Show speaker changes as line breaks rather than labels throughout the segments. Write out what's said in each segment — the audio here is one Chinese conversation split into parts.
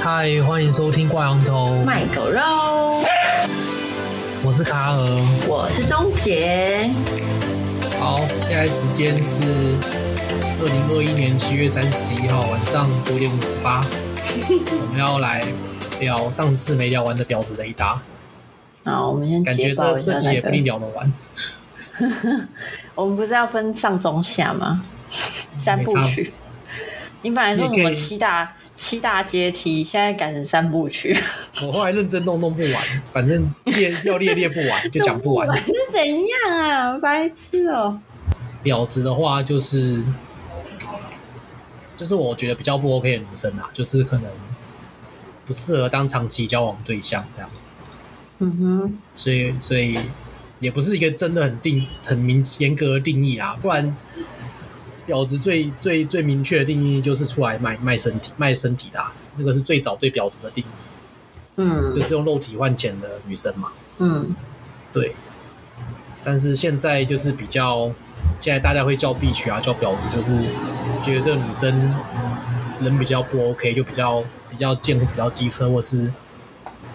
嗨，欢迎收听《挂羊头》，
卖狗肉，
我是卡尔。
我是钟杰。
好，现在时间是二零二一年七月三十一号晚上九点五十 八，我们要来聊上次没聊完的婊子雷达，
好，我们先
感觉
捷报
这
一下
这集
那
也不一定
个。
聊得完，
我们不是要分上中下 吗？三部曲。你本来说什
也
么
可以
七大七大阶梯，现在改成三部 曲，
我后来认真弄弄不完，反正列 要列列不完，就讲不完。
是怎样啊？白痴哦、
婊子的话，就是就是我觉得比较不 OK 的女生啊，就是可能不适合当长期交往对象这样子。
嗯哼，
所以所以也不是一个真的很定很明严格的定义啊，不然婊子最最最明确的定义就是出来卖卖身体卖身体的、啊，那个是最早对婊子的定义，就
嗯
是用肉体换钱的女生嘛，
嗯，
对。但是现在就是比较，现在大家会叫 B 曲啊，叫婊子，就是觉得这个女生人比较不 OK，就比较比较贱，比较机车，或是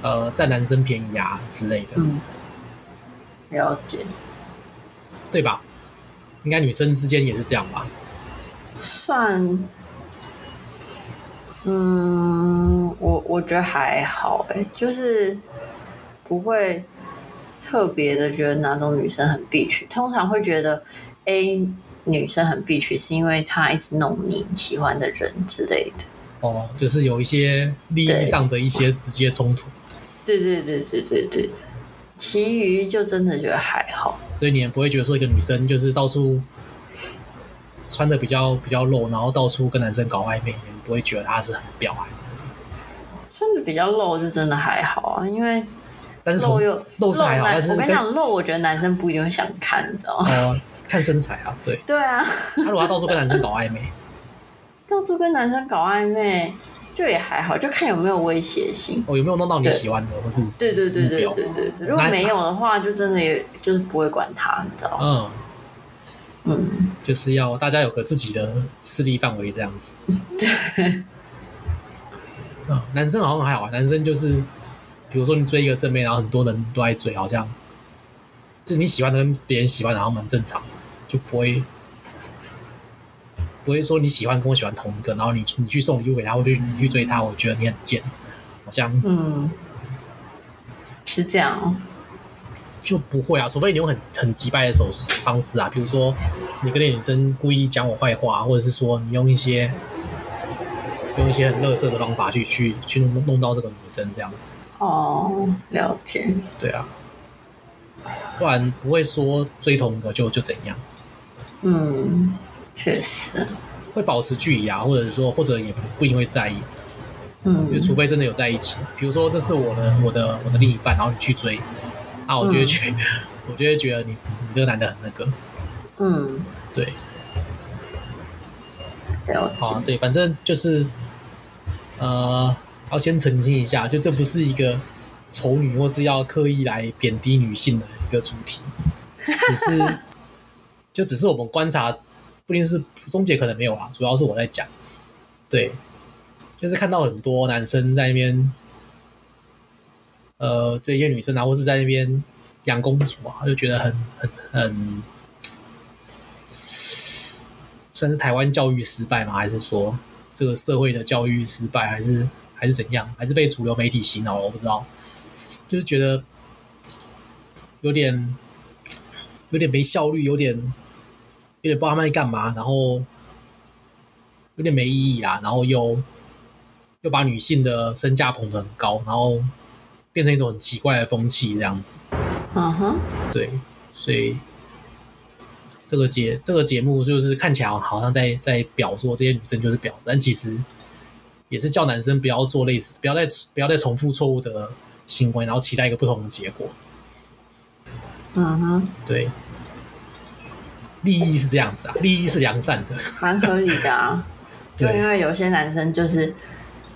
呃占男生便宜啊之类的。
嗯，了解。
对吧？应该女生之间也是这样吧？
算，嗯，我我觉得还好、欸，就是不会特别的觉得哪种女生很必娶，通常会觉得 A 女生很必娶，是因为她一直弄你喜欢的人之类的。
哦，就是有一些利益上的一些直接冲突，
对对对对对对，其余就真的觉得还好。
所以你也不会觉得说一个女生就是到处穿的比较比较露，然后到处跟男生搞暧昧，你不会觉得她是很婊还是什么的？
穿的比较露就真的还好啊，因为
但是从
露又
露是还好，
男
但是
我跟你
跟
讲露，我觉得男生不一定会想看，你知道吗？
呃看身材啊，对。
对啊。
她如果要到处跟男生搞暧昧，
到处跟男生搞暧昧，就也还好，就看有没有威胁性。
哦有没有弄到你喜欢的，或是
对对对对
目标
对对对，如果
男
没有的话，就真的也就是不会管他，你知道吗？
嗯，
嗯，
就是要大家有个自己的势力范围这样子。对。啊，男生好像还好，啊，男生就是，比如说你追一个正妹，然后很多人都爱追，好像就是你喜欢的跟别人喜欢，然后蛮正常的，就不会不会说你喜欢跟我喜欢同一个，然后你你去送礼物给他，或者你去追他，我觉得你很贱，好像
嗯，是这样哦。
就不会啊，除非你用很很击败的手势方式啊，比如说你跟那女生故意讲我坏话，啊或者是说你用一些用一些很乐色的方法去去去弄弄到这个女生这样子，
哦，了解。
对啊，不然不会说追同一个就就怎样，
嗯，确实。
会保持距离啊，或者说或者也不不一定会在意，就
嗯
除非真的有在一起，比如说这是我的我的我的另一半，然后你去追，啊，我就会觉得、 我就会觉得你你这个男的很那个，
嗯，
对，
了
好，啊
解。
对，反正就是，呃，要先澄清一下，就这不是一个丑女或是要刻意来贬低女性的一个主题，只是，就只是我们观察，不一定是钟姐可能没有啦，主要是我在讲，对，就是看到很多男生在那边，呃，对一些女生啊，或是在那边养公主啊，就觉得很很很算是台湾教育失败吗？还是说这个社会的教育失败，还是还是怎样？还是被主流媒体洗脑了？我不知道，就是觉得有点有点没效率，有点有点不知道他们在干嘛，然后有点没意义啊，然后又又把女性的身价捧得很高，然后变成一种很奇怪的风气这样子。
嗯哼，
对，所以这个节这个节目就是看起来好像在在表说这些女生就是婊子，但其实也是叫男生不要做类似，不要再不要再重复错误的行为，然后期待一个不同的结果。
嗯哼，
对，利益是这样子啊，利益是良善的，
蛮合理 的啊。就因
对
为有些男生就是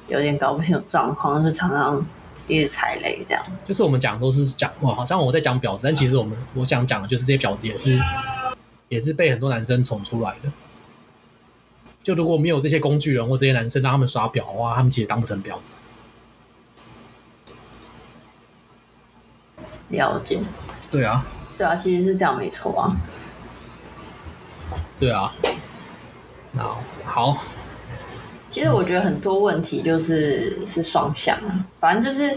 有点搞不清楚状况，就常常一直踩雷这样。
就是我们讲都是讲哇，好像我在讲婊子，但
啊
其实我们我想讲的就是这些婊子也是也是被很多男生宠出来的。就如果没有这些工具人或这些男生让他们耍婊的话，他们其实当不成婊子。
了解，
对啊，
对啊，其实是这样没错啊。
对啊。那好，
其实我觉得很多问题就是是双向啊，反正就是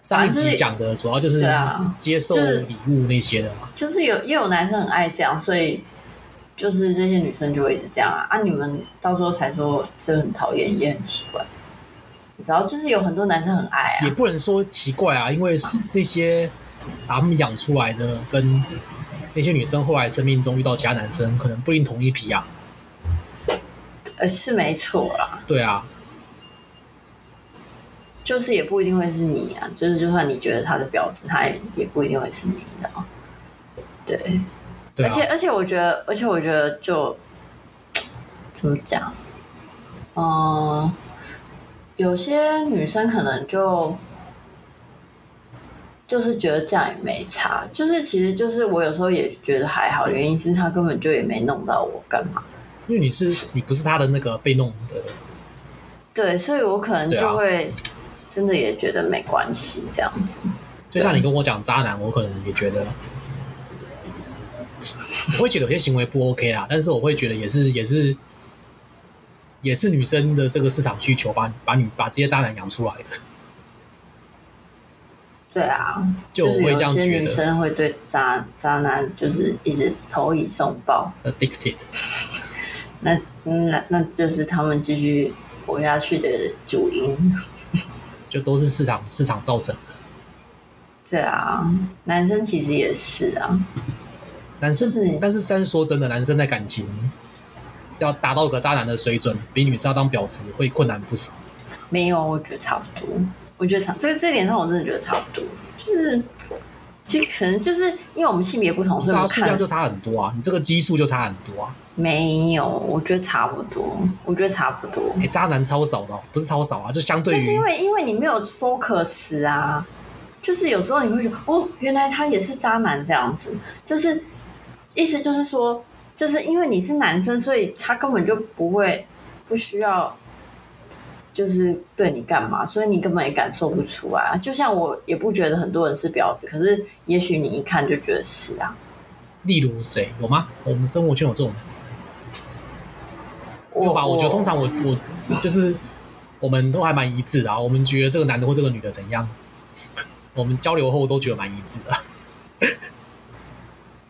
上一
反正就
集
是
讲的主要就是
对啊
接受
就是
礼物那些的嘛。
就是有也有男生很爱这样，所以就是这些女生就会一直这样啊。啊，你们到时候才说这很讨厌，也很奇怪。你知道，就是有很多男生很爱啊
也，不能说奇怪啊，因为是那些 把他们养出来的，
嗯
跟那些女生后来生命中遇到其他男生，可能不一定同一批啊。
呃，是没错啦，
对啊，
就是也不一定会是你啊，就是就算你觉得他的标准，他也也不一定会是你，你知道吗？对，
对
而且
啊，
而且我觉得，而且我觉得就怎么讲，嗯、有些女生可能就就是觉得这样也没差，就是其实就是我有时候也觉得还好，原因是她根本就也没弄到我干嘛，
因为你是你不是他的那个被弄的，
对，所以我可能
对啊
就会真的也觉得没关系这样子，
就像你跟我讲渣男，我可能也觉得， 我会觉得有些行为不 OK 啦，但是我会觉得也是也是也是女生的这个市场需求把把你把这些渣男养出来的，
对啊，
就我
是
会
有
这样
些
觉
女
得
生会对渣渣男就是一直投以送报。
addicted。
那嗯那那就是他们继续活下去的主因。
就都是市场市场造成的。
对啊，男生其实也是啊，
男生，
就是
但是但是说真的，男生在感情要达到个渣男的水准，比女生要当婊子会困难不少。
没有，啊我觉得差不多。我觉得差这这点上，我真的觉得差不多。就是其实可能就是因为我们性别不同，所以
差
我们
数量
看
就差很多啊，你这个基数就差很多啊。
没有，我觉得差不多，我觉得差不多。
哎、渣男超少的哦、不是超少啊，就相对
但是
于
因为因为你没有 focus 啊，就是有时候你会觉得哦，原来他也是渣男这样子，就是意思就是说，就是因为你是男生，所以他根本就不会不需要，就是对你干嘛，所以你根本也感受不出来啊。就像我也不觉得很多人是婊子，可是也许你一看就觉得是啊。
例如谁有吗？我们生活圈有这种有
我
吧？我觉得通常我我就是我们都还蛮一致的啊。我们觉得这个男的或这个女的怎样，我们交流后都觉得蛮一致的。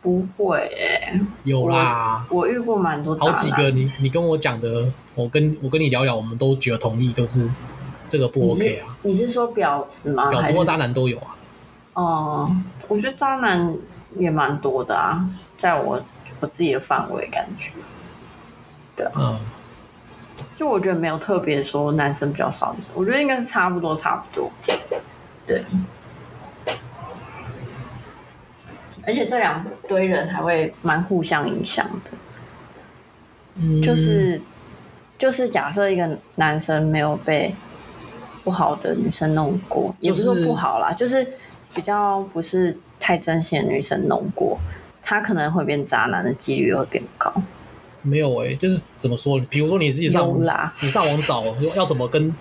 不会、欸，
有啦，
我遇过蛮多渣
好
男
几个你你跟我讲的，我跟我跟你聊聊，我们都觉得同意，都是这个不 OK 啊，
你是。你是说婊子吗？
婊
还
子
是
或渣男都有啊。
哦、我觉得渣男也蛮多的啊，在我我自己的范围感觉，
嗯，
就我觉得没有特别说男生比较少，女生我觉得应该是差不多差不多。对，而且这两堆人还会蛮互相影响的，
嗯
就是就是假设一个男生没有被不好的女生弄过，也不是说
就是
不好啦，就是比较不是太真心的女生弄过，他可能会变渣男的几率会变高。
没有哎、就是怎么说？比如说你自己上
有啦
你上网找要怎么跟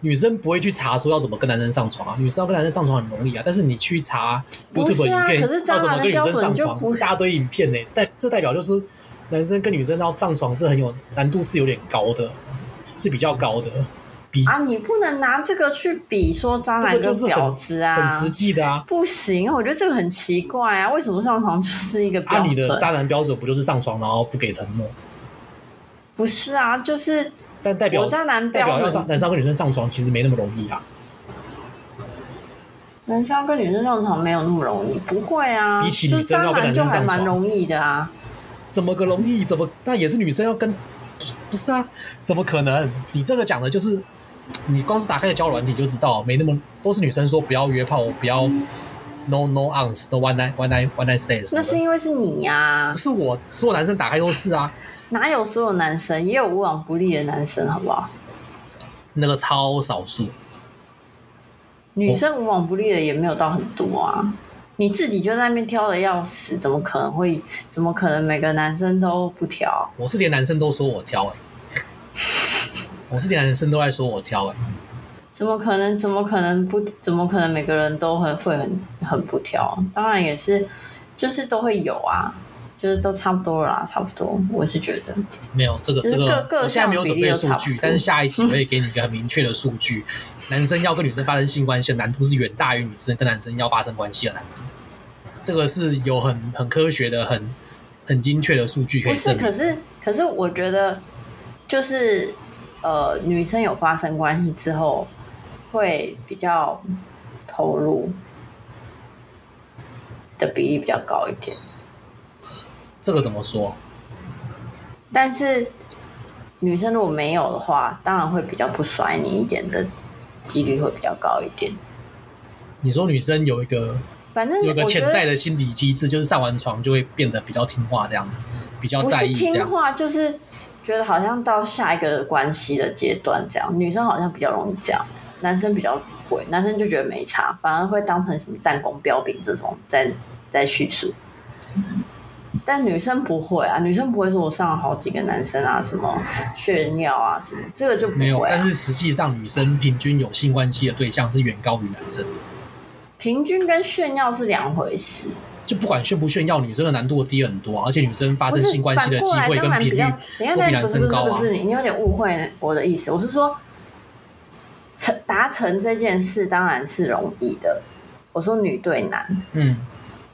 女生不会去查说要怎么跟男生上床啊，女生要跟男生上床很容易啊，但是你去查
不是
YouTube 影
啊
片、
可是渣
要
男
怎么跟女生上
的标准就
床，
不
一大堆影片呢、代这代表就是男生跟女生要上床是很有难度，是有点高的，是比较高的，比
啊，你不能拿这个去比说渣
这
男
个
跟
就是很
婊子啊，
很实际的啊。
不行，我觉得这个很奇怪啊，为什么上床就是一个标
按啊你
准？
的渣男标准不就是上床然后不给承诺？
不是啊，就是
但代表
我渣男
代表
标
要
准
上男生跟女生上床其实没那么容易啊。
男生要跟女生上床没有那么容易，不会啊，
比起
就
女
是
生
渣
要跟男
男就
生
还
上床
蛮容易的啊。
怎么个容易？怎么那也是女生要跟？不是不是啊，怎么可能？你这个讲的就是你光是打开交友软体就知道，没那么都是女生说不要约炮，不要 no no ons no one night one night one night stays 什么的。
那是因为是你呀、
不是我，所有男生打开都是啊，
哪有所有男生也有无往不利的男生，好不
哦
好？
那个超少数。
女生无往不利的也没有到很多啊。你自己就在那边挑的要死，怎么可能会？怎么可能每个男生都不挑？
我欸是连男生都说我挑哎、我是连男生都在说我挑哎、
怎么可能？怎么可能不？怎么可能每个人都很会很很不挑？当然也是，就是都会有啊，就是都差不多了啦，差不多。我是觉得，
没有这个
只是
这个，
各
我现在没有准备
各项比
数
例都差不
据
多，
但是下一 期我会给你一个很明确的数据，男生要跟女生发生性关系的难度是远大于女生跟男生要发生关系的难度，这个是有很很科学的、很很精确的数据可
不
以
是，
证
可
明。
是可是，我觉得就是呃，女生有发生关系之后，会比较投入的比例比较高一点，
这个怎么说？
但是女生如果没有的话，当然会比较不甩你一点的几率会比较高一点。
你说女生有一个
反正
有
我
个
觉
潜
得
在的心理机制，就是上完床就会变得比较听话，这样子，比较
不
在
是
意这
听
样。
话，就是觉得好像到下一个关系的阶段这样，女生好像比较容易这样，男生比较不会，男生就觉得没差，反而会当成什么战功标炳这种在在叙述。但女生不会啊，女生不会说我上了好几个男生啊，什么炫耀啊，什么这个就不
没有，
会、
但
啊。
是实际上女生平均有性关系的对象是远高于男生的。
平均跟炫耀是两回事，
就不管炫不炫耀，女生的难度低很多啊、而且女生发
不
生
是
性关系的机
反
会
过来
跟
当然
频
比
率
较，等一下
都比
但
男
不是不
生
是
高
不
啊。
是你，你有点误会我的意思。我是说，成达成这件事当然是容易的。我说女对男，
嗯，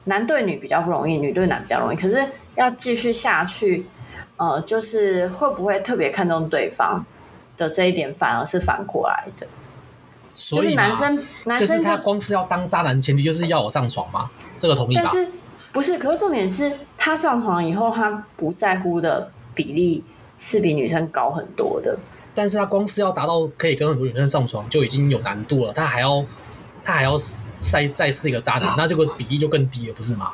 男对女比较不容易，女对男比较容易。可是要继续下去，呃，就是会不会特别看重对方的这一点，反而是反过来的。就
所
是
以嘛
男生，男
就是
生
他
就
光是要当渣男，前提就是要我上床嘛，这个同意
但
吧？
是不是？可是重点是他上床以后，他不在乎的比例是比女生高很多的。
但是他光是要达到可以跟很多女生上床就已经有难度了，他还要他还要再再是一个渣男，那这个比例就更低了，不是吗？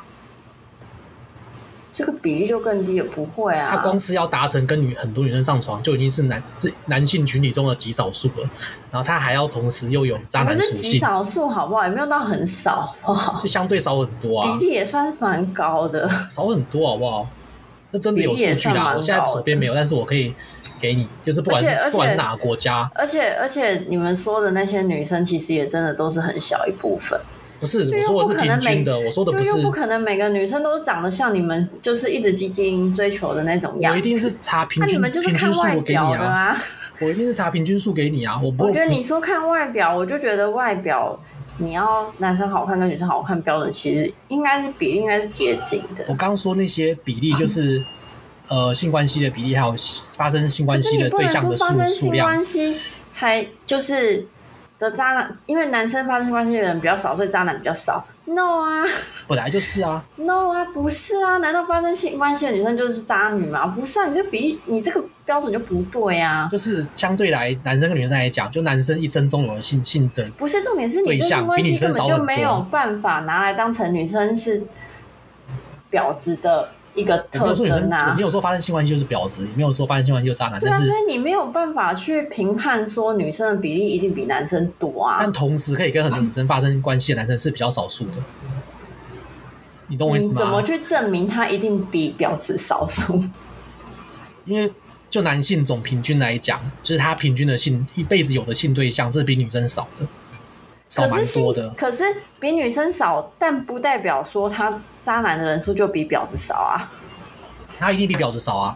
这个比例就更低，也不会啊。
他光是要达成跟女很多女生上床，就已经是男这男性群体中的极少数了，然后他还要同时又有渣
不
男
是
属
极
性，
少数，好不好？也没有到很少，好不好？
就相对少很多啊。
比例也算是蛮高的。
少很多，好不好？那真的有
比例
数
也
据
算蛮
啦，
高的
我现在手边没有，但是我可以给你，就是不管是
而且而且
不管是哪个国家，
而且而且，你们说的那些女生，其实也真的都是很小一部分，
不是
就
我
又
说的
不
是
可能
平均
每
的，我说的
就
不是
又，不可能每个女生都长得像你们，就是一直积极追求的那种样
我
子。
一定是查平
那你
均
们就是
平
看
均数
外
我给你
表的
啊，
啊！
我一定是查平均数给你啊，我不
我觉得
不
你
是
说看外表，我就觉得外表你要男生好看跟女生好看标准，其实应该是比例应该是接近的。
我刚说那些比例就是。呃，性关系的比例，还有发生性关
可是
系
你
的
不
对
能
象
说
的
发
数
生
数
性
量，
关系才就是的渣男，因为男生发生性关系的人比较少，所以渣男比较少。No 啊
本来就是啊，
，No 啊，不是啊，难道发生性关系的女生就是渣女吗？不是啊，你这比例你这个标准就不对啊。
就是相对来男生跟女生来讲，就男生一生中有的性性的
不是重点是你这性关系根本就没有办法拿来当成女生是婊子的一个
我没
特
有说女生，
征啊
我没。有说发生性关系就是婊子，也没有说发生性关系就是渣男，
对
但
啊，
是
所以你没有办法去评判说女生的比例一定比男生多啊。
但同时可以跟很多女生发生关系的男生是比较少数的，你懂我意
你
思
嗯怎么
吗？
去证明他一定比表示 少数？
因为就男性总平均来讲，就是他平均的性一辈子有的性对象是比女生少的，少
可
蛮
是性
多的。
可是比女生少，但不代表说他渣男的人数就比婊子少啊？
他一定比婊子少啊，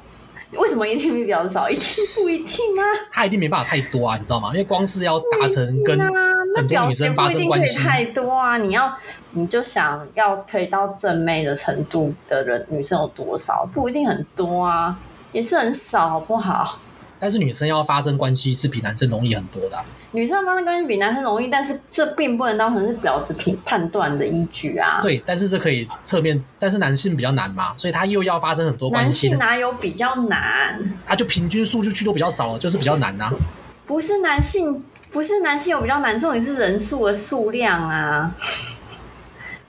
为什么一定比婊子少？一定不一定啊？
他一定没办法太多啊，你知道吗？因为光是要达成跟
那啊那
很多
婊
女
子也
生
不
发
一
生
定可
关
以
系，
太多啊！你要你就想要可以到正妹的程度的人，女生有多少？不一定很多啊，也是很少，好不好？
但是女生要发生关系是比男生容易很多的啊、
女生发生关系比男生容易，但是这并不能当成是婊子评判断的依据啊。
对，但是这可以侧面，但是男性比较难嘛，所以他又要发生很多关
男
系
性，哪有比较难？
他就平均数据去都比较少了，就是比较难啊呐、
不是男性，不是男性有比较难，重点是人数的数量啊。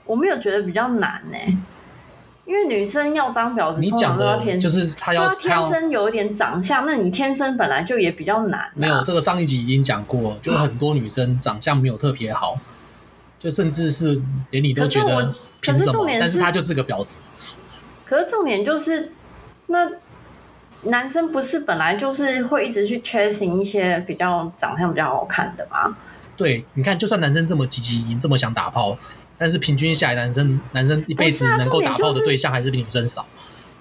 我没有觉得比较难呢、因为女生要当婊子，
你
通
讲
常哦都要
的
天
就是他
都
要
要
他要
天生有一点长相，那你天生本来就也比较难、啊。
没有这个上一集已经讲过，就很多女生长相没有特别好，就甚至是连你都觉
可
得
是我
凭
可是
什么
重点？是
但是她就是个婊子，
可是重点就是，那男生不是本来就是会一直去 chasing 一些比较长相比较好看的吗？
对，你看，就算男生这么积极，这么想打炮，但是平均下来，男生男生一辈子
不是啊
能够
重
打
点
炮
就
的
是
对象还是比女生少。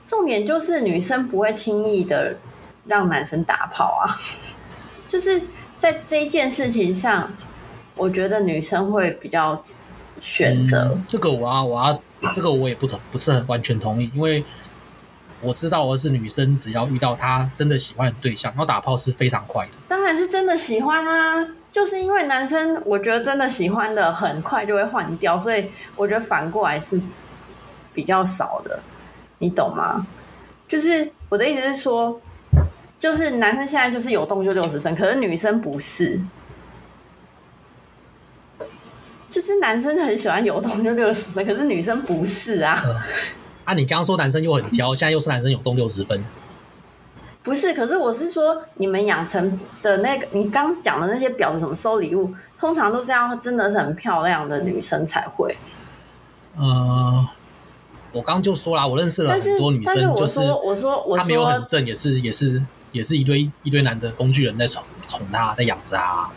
重点就是女生不会轻易的让男生打炮啊， 就是在这一件事情上，我觉得女生会比较选择。
嗯这个我要我要这个我也不同不是很完全同意，因为我知道的是女生只要遇到她真的喜欢的对象，要打炮是非常快的。
当然是真的喜欢啊，就是因为男生，我觉得真的喜欢的很快就会换掉，所以我觉得反过来是比较少的，你懂吗？就是我的意思是说，就是男生现在就是有动就六十分，可是女生不是。就是男生很喜欢有动就六十分，可是女生不是啊，
啊，你刚刚说男生又很挑，现在又是男生有动六十分，
不是。可是我是说，你们养成的那个，你刚讲的那些婊子什么收礼物，通常都是要真的是很漂亮的女生才会。
呃，我刚刚就说啦，我认识了
但是
啊很多女
但是
生，
我
就是
说我说我
她没有
说
很正，也是也是也是一堆一堆男的工具人在宠宠她，在养着她。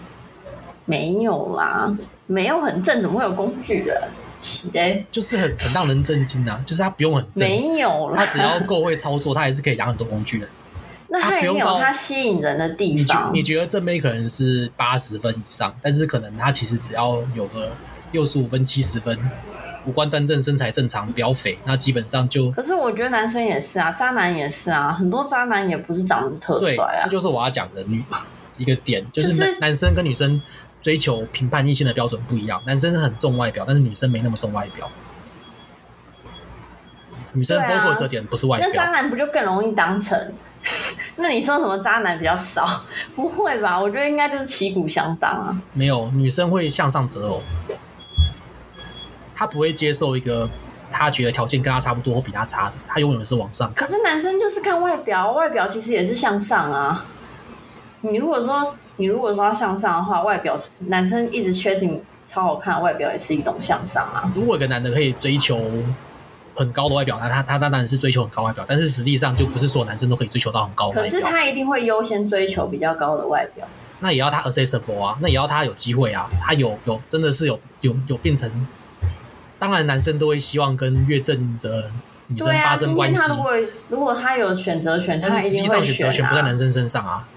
没有啦，没有很正，怎么会有工具人？是的，
就是很很让人震惊啊！ 就是她不用很正，
没有啊啦
她。只要够会操作，她还是可以养很多工 具人。
那
他
他
不
也
用
没有
到
他吸引人的地
你觉
方
你。觉得正妹可能是八十分以上，但是可能她其实只要有个六十五分、七十分，五官端正、身材正常、不要肥，那基本上就
可是我觉得男生也是啊，渣男也是啊，很多渣男也不是长得特
对
帅，啊
这。就是我要讲的女一个点，就是
就是
男、男生跟女生追求评判异性的标准不一样，男生很重外表，但是女生没那么重外表。女生
对啊
focus 的点不是外
那
表，
渣男不就更容易当成？ 那你说什么渣男比较少？ 不会吧？我觉得应该就是旗鼓相当啊。
没有女生会向上择偶，她不会接受一个她觉得条件跟她差不多或比她差的，她永远是往上。
可是男生就是看外表，外表其实也是向上啊。你如果说你如果说要向上的话，外表男生一直缺你超好看，外表也是一种向上啊。
如果一个男的可以追求很高的外表，那他他当然是追求很高外表，但是实际上就不是所有男生都可以追求到很高的
可
外
是
表。
他一定会优先追求比较高的外表。
那也要他 accessible 啊，那也要他有机会啊，他有有真的是有有有变成。当然，男生都会希望跟越正的女生
对啊，
发生
今
关
天
系，
他如果如果他有选择权，他
但是
一
实际
定会
上选择权不在
啊。
男生身上啊。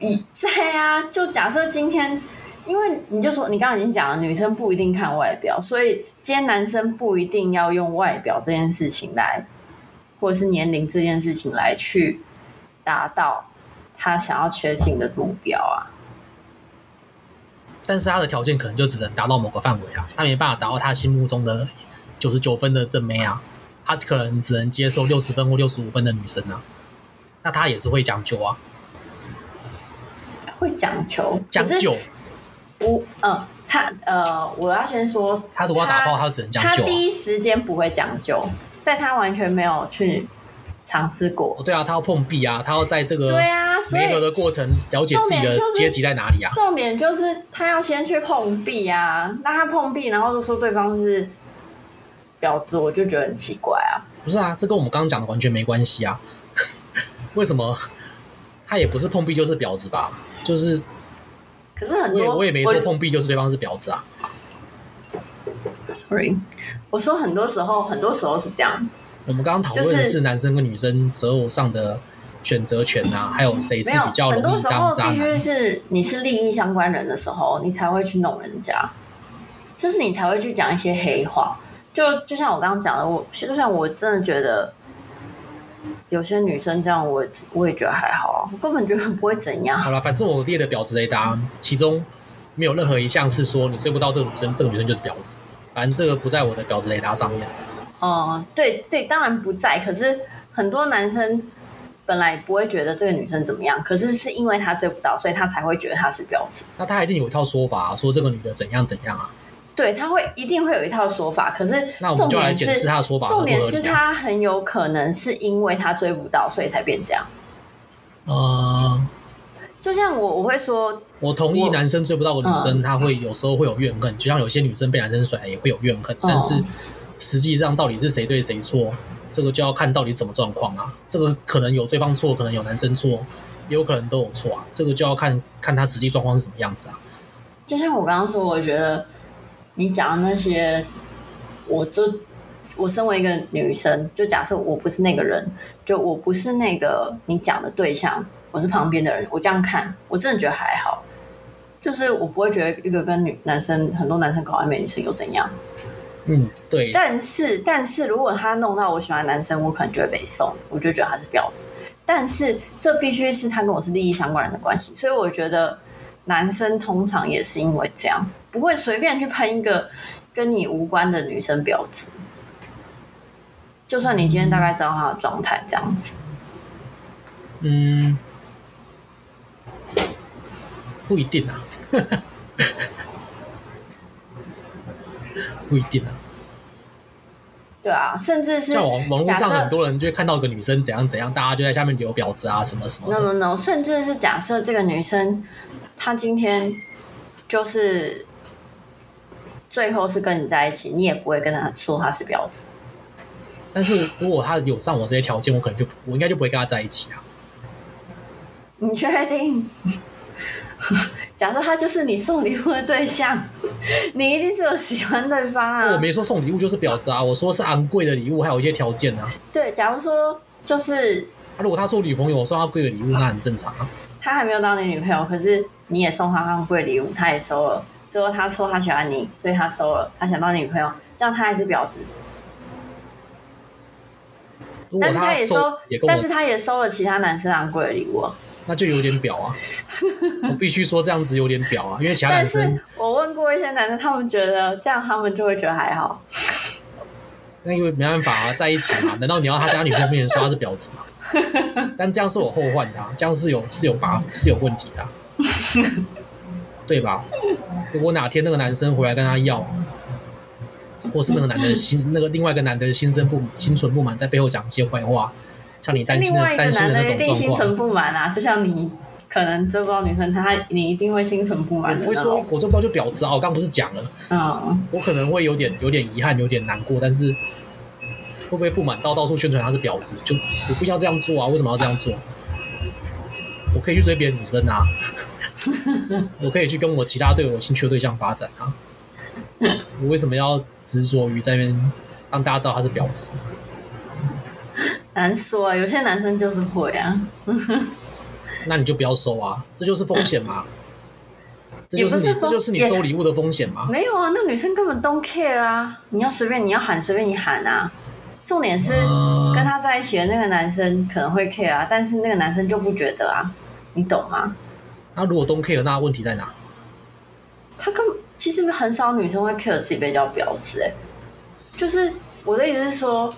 以在啊，就假设今天，因为你就说你刚刚已经讲了，女生不一定看外表，所以今天男生不一定要用外表这件事情来，或者是年龄这件事情来去达到他想要确信的目标啊。
但是他的条件可能就只能达到某个范围啊，他没办法达到他心目中的九十九分的正妹啊，他可能只能接受六十分或六十五分的女生啊，那他也是会讲究啊，
会讲求
讲究，
不，嗯，他呃，我要先说，
他如果要打炮，他只能讲
他
究、啊。
第一时间不会讲究，在他完全没有去尝试
哦，
过。
对啊，他要碰壁啊，他要在这个
对啊，所以
媒合的过程了解自己的阶级在哪里啊。
重点就是他要先去碰壁啊，那他碰壁，然后就说对方是婊子，我就觉得很奇怪啊。
不是啊，这跟我们刚刚讲的完全没关系啊。 为什么他也不是碰壁就是婊子吧？就是
可是很
我也
多
我也没说
我
碰壁就是对方是婊子啊。
，sorry，我说很多时候很多时候是这样，
我们刚刚讨论的
就是
是男生跟女生择偶上的选择权啊，还有谁是
没有
比较
很多
容易
时候
当渣
必须
男？
是你是利益相关人的时候，你才会去弄人家，就是你才会去讲一些黑话。就就像我刚刚讲的，我就像我真的觉得。有些女生这样我，我也觉得还好啊，我根本觉得不会怎样。
好了，反正我列的婊子雷达，其中没有任何一项是说你追不到这个女生，这个女生就是婊子。反正这个不在我的婊子雷达上面。
哦，对对，当然不在。可是很多男生本来不会觉得这个女生怎么样，可是是因为他追不到，所以他才会觉得她是婊子。
那他一定有一套说法、啊，说这个女的怎样怎样啊。
对，他会一定会有一套说法，可是
那我
重
们就来
点
检视
是，
他的说法合不
重
合
点是
理啊。
他很有可能是因为他追不到，所以才变这样。
呃，
就像我，我会说，
我同意
我
男生追不到个女生，他会有时候会有怨恨，就像有些女生被男生甩也会有怨恨，但是实际上到底是谁对谁错，这个就要看到底什么状况啊。这个可能有对方错，可能有男生错，也有可能都有错啊。这个就要看看他实际状况是什么样子啊。
就像我刚刚说，我觉得你讲的那些，我就我身为一个女生，就假设我不是那个人，就我不是那个你讲的对象，我是旁边的人，我这样看，我真的觉得还好，就是我不会觉得一个跟女男生很多男生搞暧昧，女生又怎样？
嗯，对，
但是，但是如果他弄到我喜欢的男生，我可能就会被送，我就觉得他是婊子。但是这必须是他跟我是利益相关人的关系，所以我觉得男生通常也是因为这样，不会随便去喷一个跟你无关的女生婊子。就算你今天大概知道她的状态这样子，
嗯，不一定啊， 不一定啊。
对啊，甚至是
像网网络
假
上
设
很多人就会看到个女生怎样怎样，大家就在下面留婊子啊什么什么
no
的。
no no，甚至是假设这个女生她今天就是最后是跟你在一起，你也不会跟她说她是婊子。
但是如果她有上我这些条件，我可能就我应该就不会跟她在一起啊。
嗯你确定？ 假设她就是你送礼物的对象，你一定是有喜欢对方
我
啊。
没说送礼物就是婊子啊，我说是昂贵的礼物，还有一些条件啊。
对，假如说就是
啊如果她是我女朋友，我送她贵的礼物，那很正常啊。
她还没有当你女朋友，可是你也送她昂贵礼物，她也收了。最后她说她喜欢你，所以她收了。她想当你女朋友，这样她还是婊子。
如果
但是
她
他也
收
收
也，跟
但是
我，
他也收了其他男生昂贵的礼物哦。
那就有点婊啊。我必须说这样子有点婊啊，因为其他
但
男生
是我问过一些男生，他们觉得这样，他们就会觉得还好。
那因为没办法啊，在一起 嘛，难道你要他在他女朋友面前说他是婊子吗？但这样是有后患的、啊，这样是有是有把是有问题的啊、对吧？如果哪天那个男生回来跟他要，或是那个男的心那个另外一个男的心生不心存不满，在背后讲一些坏话，像你担
另
心的
外一个
担心
男
的
的
那
一
种
定心
状况
存。不满啊，就像你可能追不到女生，他你一定会心存不
我
满的
不
那
会说
种。，
我做不到就婊子啊！我刚不是讲了，
嗯，
我可能会有点有点遗憾，有点难过，但是会不会不满到到处宣传他是婊子？就我不要这样做啊！为什么要这样做？我可以去追别的女生啊， 我可以去跟我其他对我有兴趣的对象发展啊。我为什么要执着于在那边让大家知道他是婊子？
难说啊，有些男生就是会啊，
那你就不要收啊，这就是风险嘛。这
也
就
不
是你，
是
这
风
就是你
也
收礼物的风险嘛。
没有啊，那女生根本 don't care 啊，你要随便你要喊随便你喊啊。重点是
嗯
跟他在一起的那个男生可能会 care 啊，但是那个男生就不觉得啊，你懂吗？
那如果 don't care，那问题在哪？
他根本其实很少女生会 care 自己被叫婊子、欸，就是我的意思是说，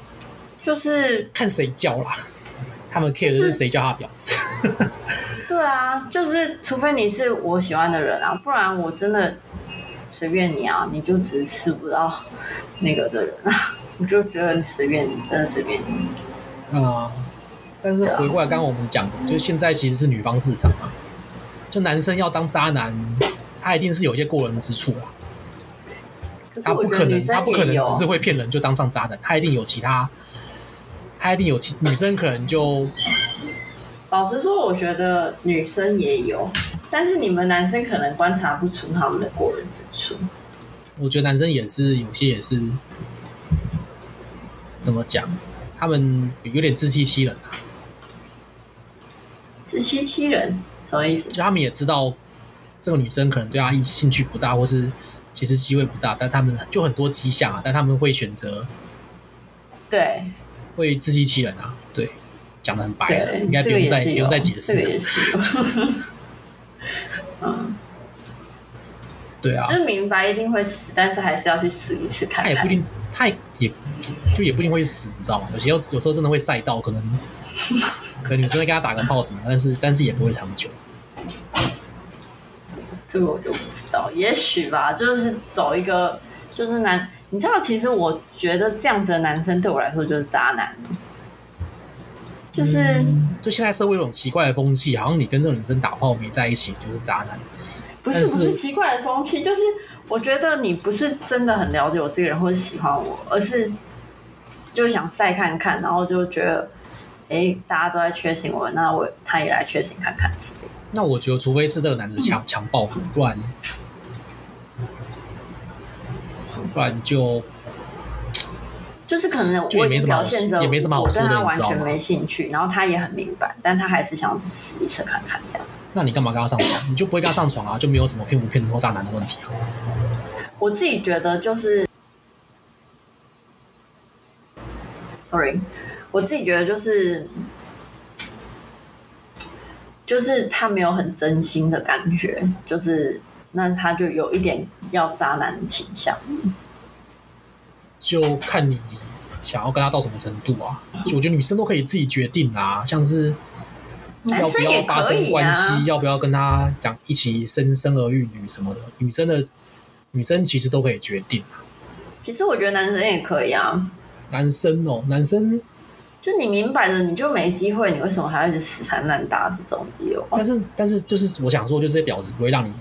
就是
看谁叫啦。他们 care 的是谁叫他婊子。
对啊，就是除非你是我喜欢的人啊，不然我真的随便你啊，你就只是吃不到那个的人啊， 我就觉得你随便你，真的随便你，
啊、但是回过来，刚刚我们讲的，就是现在其实是女方市场嘛，就男生要当渣男，他一定是有一些过人之处啦，
可是
他不
我觉
可
得女
能，他
生
不可
也
能
有
只，是会骗人就当上渣男，他一定有其他，他一定有其女生可能就
老实说，我觉得女生也有，但是你们男生可能观察不出他们的过人之处。
我觉得男生也是有些也是怎么讲，他们有点自欺欺人啊，
自欺欺人什么意思？
就他们也知道这个女生可能对他兴趣不大，或是其实机会不大，但他们就很多迹象啊，但他们会选择。
对，
会自欺欺人啊。对，讲的很白了，
对，
应该不
这个
用
也
再
是
不
有，
用再解
这个
释
也
了。
是 有。嗯，
对啊
就，是明白一定会死，但是还是要去死一次看
他也不
看
一。定，他也也就也不一定会死，你知道吗？有些有时候真的会赛到，可能 可能女生会跟他打个炮什么，但是但是也不会长久。
这个我就不知道，也许吧，就是走一个，就是男，你知道，其实我觉得这样子的男生对我来说就是渣男，就是、
就现在社会有种奇怪的风气，好像你跟这种女生打炮没在一起你就是渣男。
不
但
是
是
不是奇怪的风气，就是我觉得你不是真的很了解我这个人或者喜欢我，而是就想晒看看，然后就觉得，哎、大家都在缺行我，那我他也来缺行看看之类的。嗯
那我觉得，除非是这个男的强强暴，不然不然就
就是可能
就
我
也
已
没
经
什么好
表现着
也没什么好
我对
说的
他
你
完
知道
全
吗
没兴趣，然后他也很明白，但他还是想试一次看看这样。
那你干嘛跟他上床？你就不会跟他上床啊，就没有什么骗不骗或渣男的问题啊。
我自己觉得就是，sorry，我自己觉得就是，就是他没有很真心的感觉，就是那他就有一点要渣男的倾向。
就看你想要跟他到什么程度啊。就我觉得女生都可以自己决定啦、像是
男
要不
生也
要发
可
生
以
关系，
啊，
要不要跟他讲一起生生儿育女什么的，女生的女生其实都可以决定啊。
其实我觉得男生也可以啊。
男生哦，男生，
就你明摆着你就没机会，你为什么还要一直死缠烂打这种理由？
但是但是就是我想说，就是这些婊子不会让你，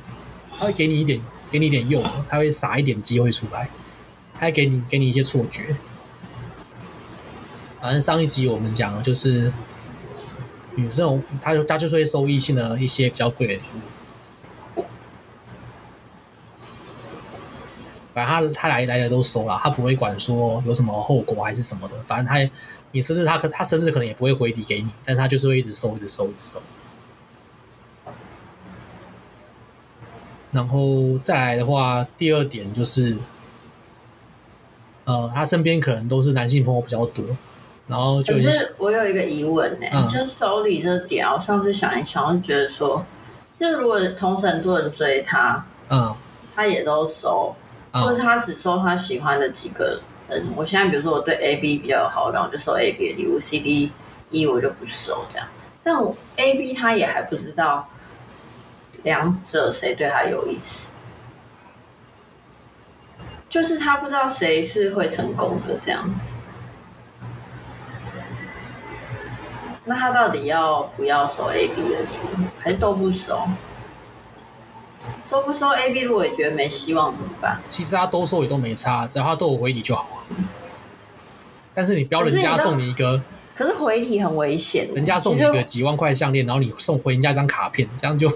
他会给你一点给你一点诱惑，他会撒一点机会出来，他会给你给你一些错觉。反正上一集我们讲的就是女生，她就她就是会收异性的一些比较贵的礼物。反正他他来来的都收了，他不会管说有什么后果还是什么的。反正他也你生日他可他生日可能也不会回礼给你，但是他就是会一直收，一直收，一直收。然后再来的话，第二点就是，呃，他身边可能都是男性朋友比较多，然后就
可
已经
是我有一个疑问呢、
嗯
就是收礼这点啊，我上次想一想，就觉得说，就是如果同时很多人追他，
嗯
他也都收，或者
嗯
是他只收他喜欢的几个人。我现在比如说我对 A、B 比较有好感，我就收 A、B 的礼物；C、D、E 我就不收这样。但我 A、B 他也还不知道两者谁对他有意思，就是他不知道谁是会成功的这样子。那他到底要不要收 A、B 的礼物，还是都不收？收不收 A、B，如果也觉得没希望怎么办？
其实他都收也都没差，只要他都有回礼就好啊。但是你不要人家
可是你知道
送你一个，
可是回礼很危险，
人家送你
其
一个
实，
几万块项链，然后你送回人家一张卡片，这样就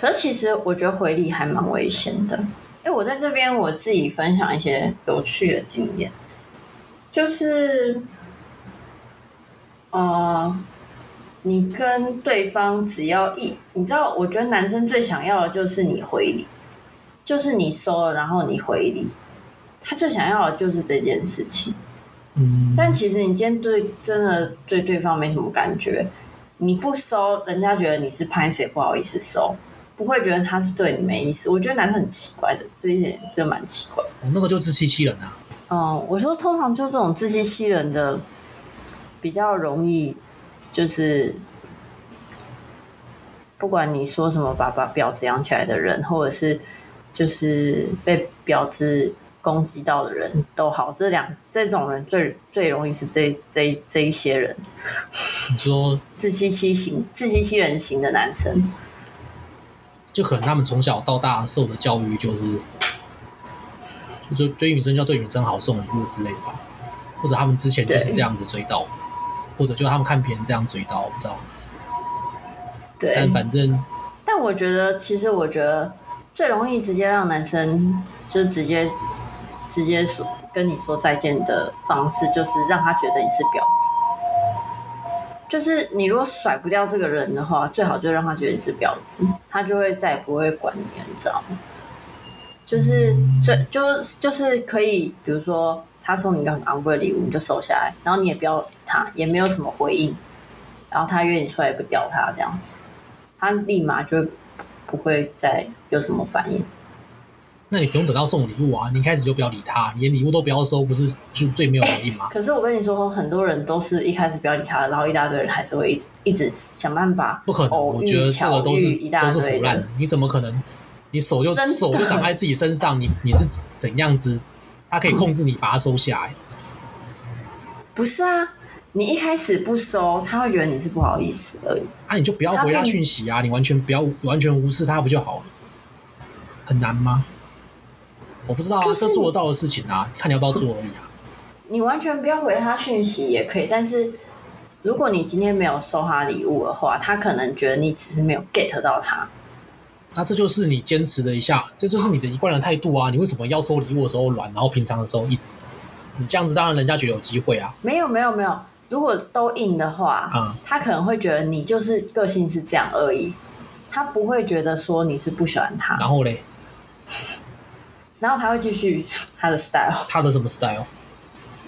可是其实我觉得回礼还蛮危险的。哎，我在这边我自己分享一些有趣的经验，就是，呃，你跟对方只要一，你知道，我觉得男生最想要的就是你回礼，就是你收了然后你回礼，他最想要的就是这件事情。
嗯，
但其实你今天对真的对对方没什么感觉，你不收，人家觉得你是拍谁不好意思收，不会觉得他是对你没意思。我觉得男生很奇怪的，这一点就蛮奇怪。
哦那个就自欺欺人啊。
嗯，我说通常就这种自欺欺人的，比较容易就是。不管你说什么把把婊子养起来的人，或者是就是被婊子攻击到的人都好，这两这种人最最容易是这这这一些人，
你说，
自欺欺型、自欺欺人型的男生，
就可能他们从小到大受的教育就是，就追女生就要对女生好，送礼物之类的吧，或者他们之前就是
对
这样子追到的，或者就他们看别人这样追到，我不知道。
对。
但反正
但我觉得，其实我觉得最容易直接让男生就直接直接说跟你说再见的方式，就是让他觉得你是婊子。就是你如果甩不掉这个人的话，最好就让他觉得你是婊子，他就会再也不会管你了，你知道吗？就是最就是就是可以，比如说他送你一个很昂贵的礼物，你就收下来，然后你也不要理他，也没有什么回应，然后他约你出来也不屌他这样子。他立马就不会再有什么反应。
那你不用等到送礼物啊，你一开始就不要理他，你连礼物都不要收，不是就最没有回应吗？
可是我跟你说，很多人都是一开始不要理他，然后一大堆人还是会一直一直想办法
不可能，
偶
我
遇
觉得这
巧
个都是
遇一大
都是
堆
胡
的
乱。，你怎么可能？你手就
真的
手就长在自己身上，你你是怎样子？他可以控制你把它收下来，
不是啊，你一开始不收，他会觉得你是不好意思而已。
啊，你就不要回他讯息啊，你完全不要完全无视他不就好了？很难吗？我不知道啊，
就是
这做得到的事情啊，看你要不要做而已 啊。
你完全不要回他讯息也可以，但是如果你今天没有收他礼物的话，他可能觉得你只是没有 get 到他，
那这就是你坚持的一下，这就是你的一贯的态度啊！你为什么要收礼物的时候软，然后平常的时候硬？你这样子当然人家觉得有机会啊。
没有没有没有，如果都硬的话，
嗯
他可能会觉得你就是个性是这样而已，他不会觉得说你是不喜欢他，
然后嘞，
然后他会继续他的 style，
他的什么 style？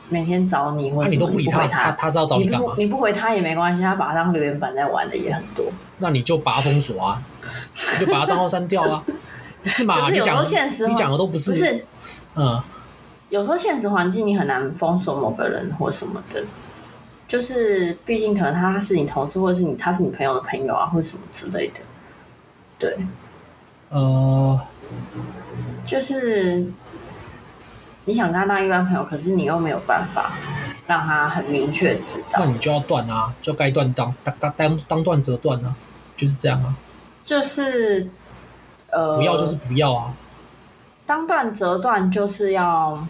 每天找你或
那、
者
你
什么
都不理
回
他，他他是要找
你
你干
不
嘛？
你不回他也没关系，他把他当留言板在玩的也很多。
那你就把他封锁啊，你就把他账号删掉 啊。不是嘛？
可是
你
有时
讲
候
的
现实
你
环
讲的都不
不
是，
是
嗯，
有时候现实环境你很难封锁某个人或什么的，就是毕竟可能他是你同事，或者是你他是你朋友的朋友啊，或者什么之类的。对，
呃，
就是你想跟他当一般朋友，可是你又没有办法让他很明确知
那
道，
你就要断啊，就该断当当当当当断则断啊，就是这样啊，
就是呃，
不要就是不要啊，
当断则断，就是要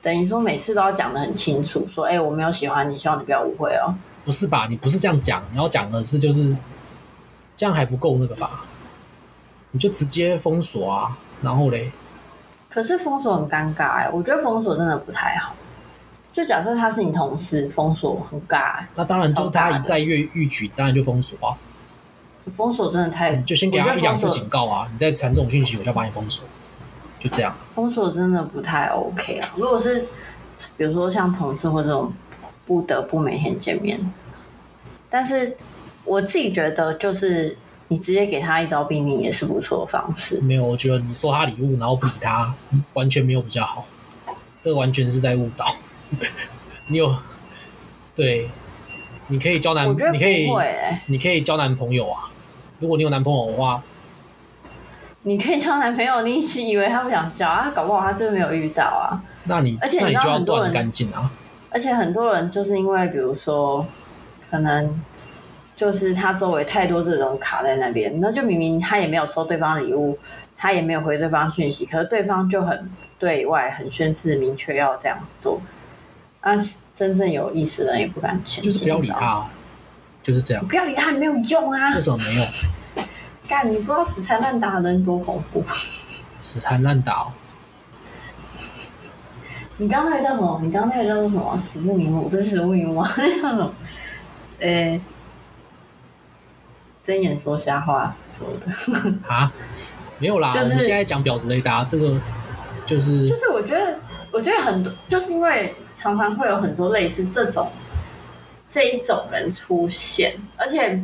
等于说每次都要讲的很清楚，说哎、我没有喜欢你，希望你不要误会哦。
不是吧？你不是这样讲，你要讲的是就是这样还不够那个吧？你就直接封锁啊，然后嘞，
可是封锁很尴尬哎、我觉得封锁真的不太好。就假设他是你同事，封锁很尬、欸，
那当然就是他一再越逾矩，当然就封锁啊，
封锁真的太……
嗯你就先给他
我
一
觉得
两
封
次
锁
警告啊，你再传这种讯息，我就把你封锁，就这样。
封锁真的不太 OK 啊。如果是比如说像同事或这种不得不每天见面，但是我自己觉得就是你直接给他一招毙命也是不错的方式。
没有，我觉得你收他礼物，然后不理他，完全没有比较好，这个完全是在误导。 你有对，你可以交男
我觉得，
嗯你
不
可以，
会、欸，
你可以交男朋友啊。如果你有男朋友的话，
你可以交男朋友，你一直以为他不想交啊，搞不好他真的没有遇到啊。
那你
而且
那
你
你
知道
就要
很多
断
人
干净啊。
而且很多人就是因为，比如说，可能就是他周围太多这种卡在那边，那就明明他也没有收对方礼物，他也没有回对方讯息，可是对方就很对外很宣示明确要这样子做，啊，真正有意思的人也不敢前进，
就是不要理
你知
他
道吗，
啊，就是这样
你。不要理他，你没有用啊
为！什么没有
干，你不知道死缠烂打的人多恐怖。
死缠烂打哦？
你刚刚那个叫什么？你刚刚那个叫做什么？死不瞑目，不是死不瞑目， 那叫什么？呃、睁眼说瞎话什么的。
啊？没有啦，
就是
我们现在讲婊子雷达，这个就是
就是我觉得，我觉得很多，就是因为常常会有很多类似这种这一种人出现，而且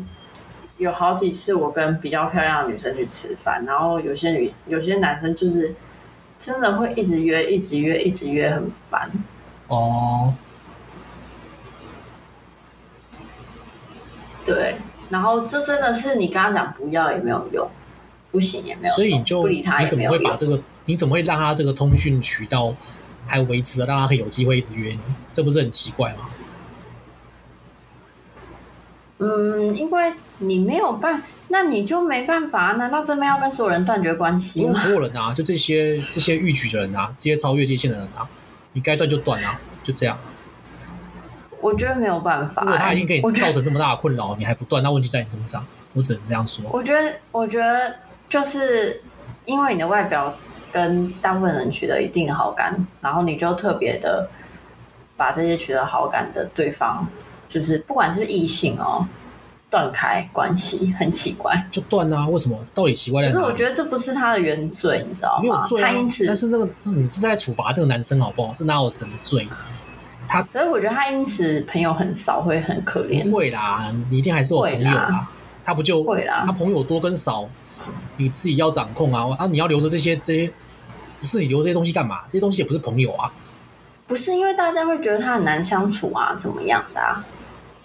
有好几次我跟比较漂亮的女生去吃饭，然后有些女有些男生就是真的会一直约，一直约，一直约，很烦。
哦，
对，然后这真的是你跟他讲不要也没有用，不行也没有用，
所以你就
不理他
你
也
怎
没
么
有
会把
用。
这个你怎么会让他这个通讯渠道还维持的，让他可以有机会一直约你？这不是很奇怪吗？
嗯，因为你没有办，那你就没办法啊。难道真的要跟所有人断绝关系
因为
吗？
所有人啊，就这些这些逾矩的人啊，这些超越界限的人啊，你该断就断啊，就这样。啊
我觉得没有办法
如果
欸、
他已经给
我
你
觉
造
得，
成这么大的困扰，你还不断，那问题在你身上。我只能这样说。
我觉得，我觉得就是因为你的外表跟大部分人取得一定的好感，然后你就特别的把这些取得好感的对方，就是不管是不是异性哦，断开关系，很奇怪。
就断啊？为什么？到底奇怪
可
在
是
哪
我
里
觉？得这不是他的原罪，你知道吗？
没有罪啊
他因，此，
但是这个这是你是在处罚这个男生好不好？这哪有什么罪？
可是我觉得他因此朋友很少，会很可
不
怜。
会啦，你一定还是有朋友
会
啦
啦。
他不就
会啦
他朋友多跟少，你自己要掌控啊！啊，你要留着这些这些，不是你留这些东西干嘛？这些东西也不是朋友啊。
不是因为大家会觉得他很难相处啊，怎么样的、啊？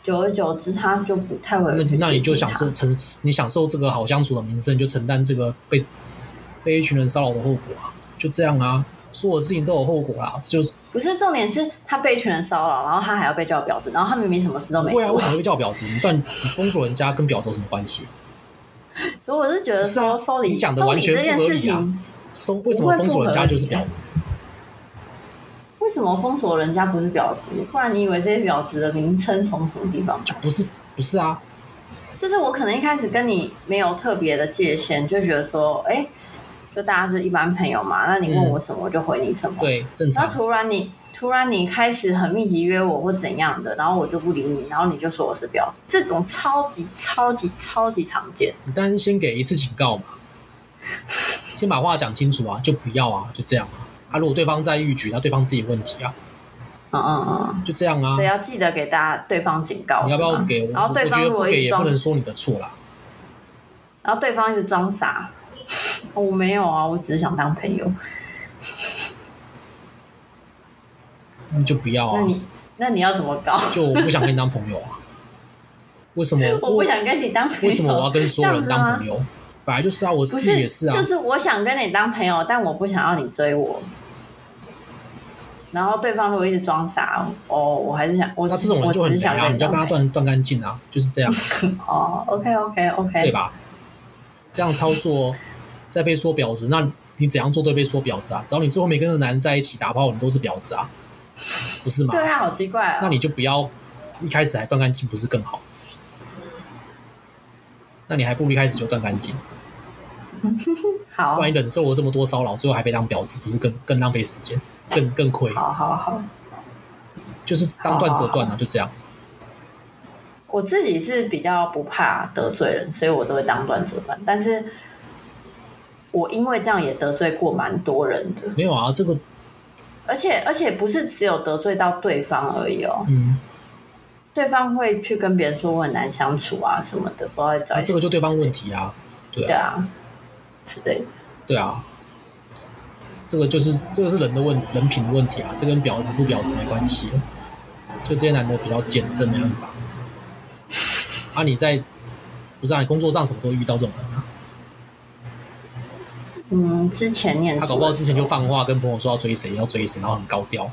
久而久之，他就不太会有
那
人去
那你
接
就
近
享
他
受承，你享受这个好相处的名声，你就承担这个被被一群人骚扰的后果啊！就这样啊，所有事情都有后果啦。就是
不是重点是他被一群人骚扰，然后他还要被叫婊子，然后他明明什么事都
不
没
会啊，
做
为，什么会叫婊子？你断你封锁人家跟婊子有什么关系？
所以我是觉得
不是啊
说收礼、
你讲的
收
完
礼
全
这件
不合理
事情，
啊收为什么封锁人家就是婊子？
为什么封锁人家不是婊子？不然你以为这些婊子的名称从什么地方来？
不是不是啊，
就是我可能一开始跟你没有特别的界限，就觉得说，哎、就大家是一般朋友嘛，那你问我什么，我就回你什么。
嗯对，正
然
常啊
后。突然你突然你开始很密集约我或怎样的，然后我就不理你，然后你就说我是婊子，这种超级超级超级常见。
你当然是先给一次警告嘛，先把话讲清楚啊，就不要啊，就这样啊。啊，如果对方在逾矩，那对方自己问题啊，
嗯嗯
就这样
嗯，
啊
所以。要记得给大家对方警告，
你要不
是
要
吗
给我？
然后对
我觉
方
得
如
不
果一
给
直
也不
装，
能说你的错啦。
然后对方一直装傻、哦我没有啊，我只是想当朋友。
哦那就不要
那
啊，
你那你要怎么搞？
就我不想跟你当朋友啊。为什么？
我不想跟你当朋友。
为什么我要跟所有人
这样子吗
当朋友？本来就是啊，我
不
自己
是，
也是啊。
就是我想跟你当朋友，但我不想要你追我。然后对方如果一直装傻，哦，我还是想，我
那
只
这种人
我
就
只
很
是想
雷啊，
跟
你就要跟他
当朋友
断断干净啊，就是这样，
哦，OK OK
对
OK，
吧？这样操作，再被说婊子，那你怎样做都被说婊子啊！只要你最后没跟这个男人在一起打炮，你都是婊子啊，不是吗？
对啊，好奇怪啊、
那你就不要一开始还断干净，不是更好？那你还不如一开始就断干净，
好
不，然你忍受了这么多骚扰，最后还被当婊子，不是更更浪费时间，更更亏？
好好好，
就是当断则断啊，就这样。
我自己是比较不怕得罪人，所以我都会当断则断。但是我因为这样也得罪过蛮多人的，
没有啊，这个
而且而且不是只有得罪到对方而已哦，
嗯，
对方会去跟别人说我很难相处啊什么的，不知道在找
啊
你
这个就对方问题啊，对
对
啊，
啊之类的。
对啊，这个就是这个是人的问人品的问题啊，这跟婊子不婊子没关系，啊就这些男的比较简正，没办法。啊，你在不是啊，你工作上什么都遇到这种人啊，
嗯，之前念书
他
的时
搞
候
不好之前就放话跟朋友说要追谁，要追谁，然后很高调，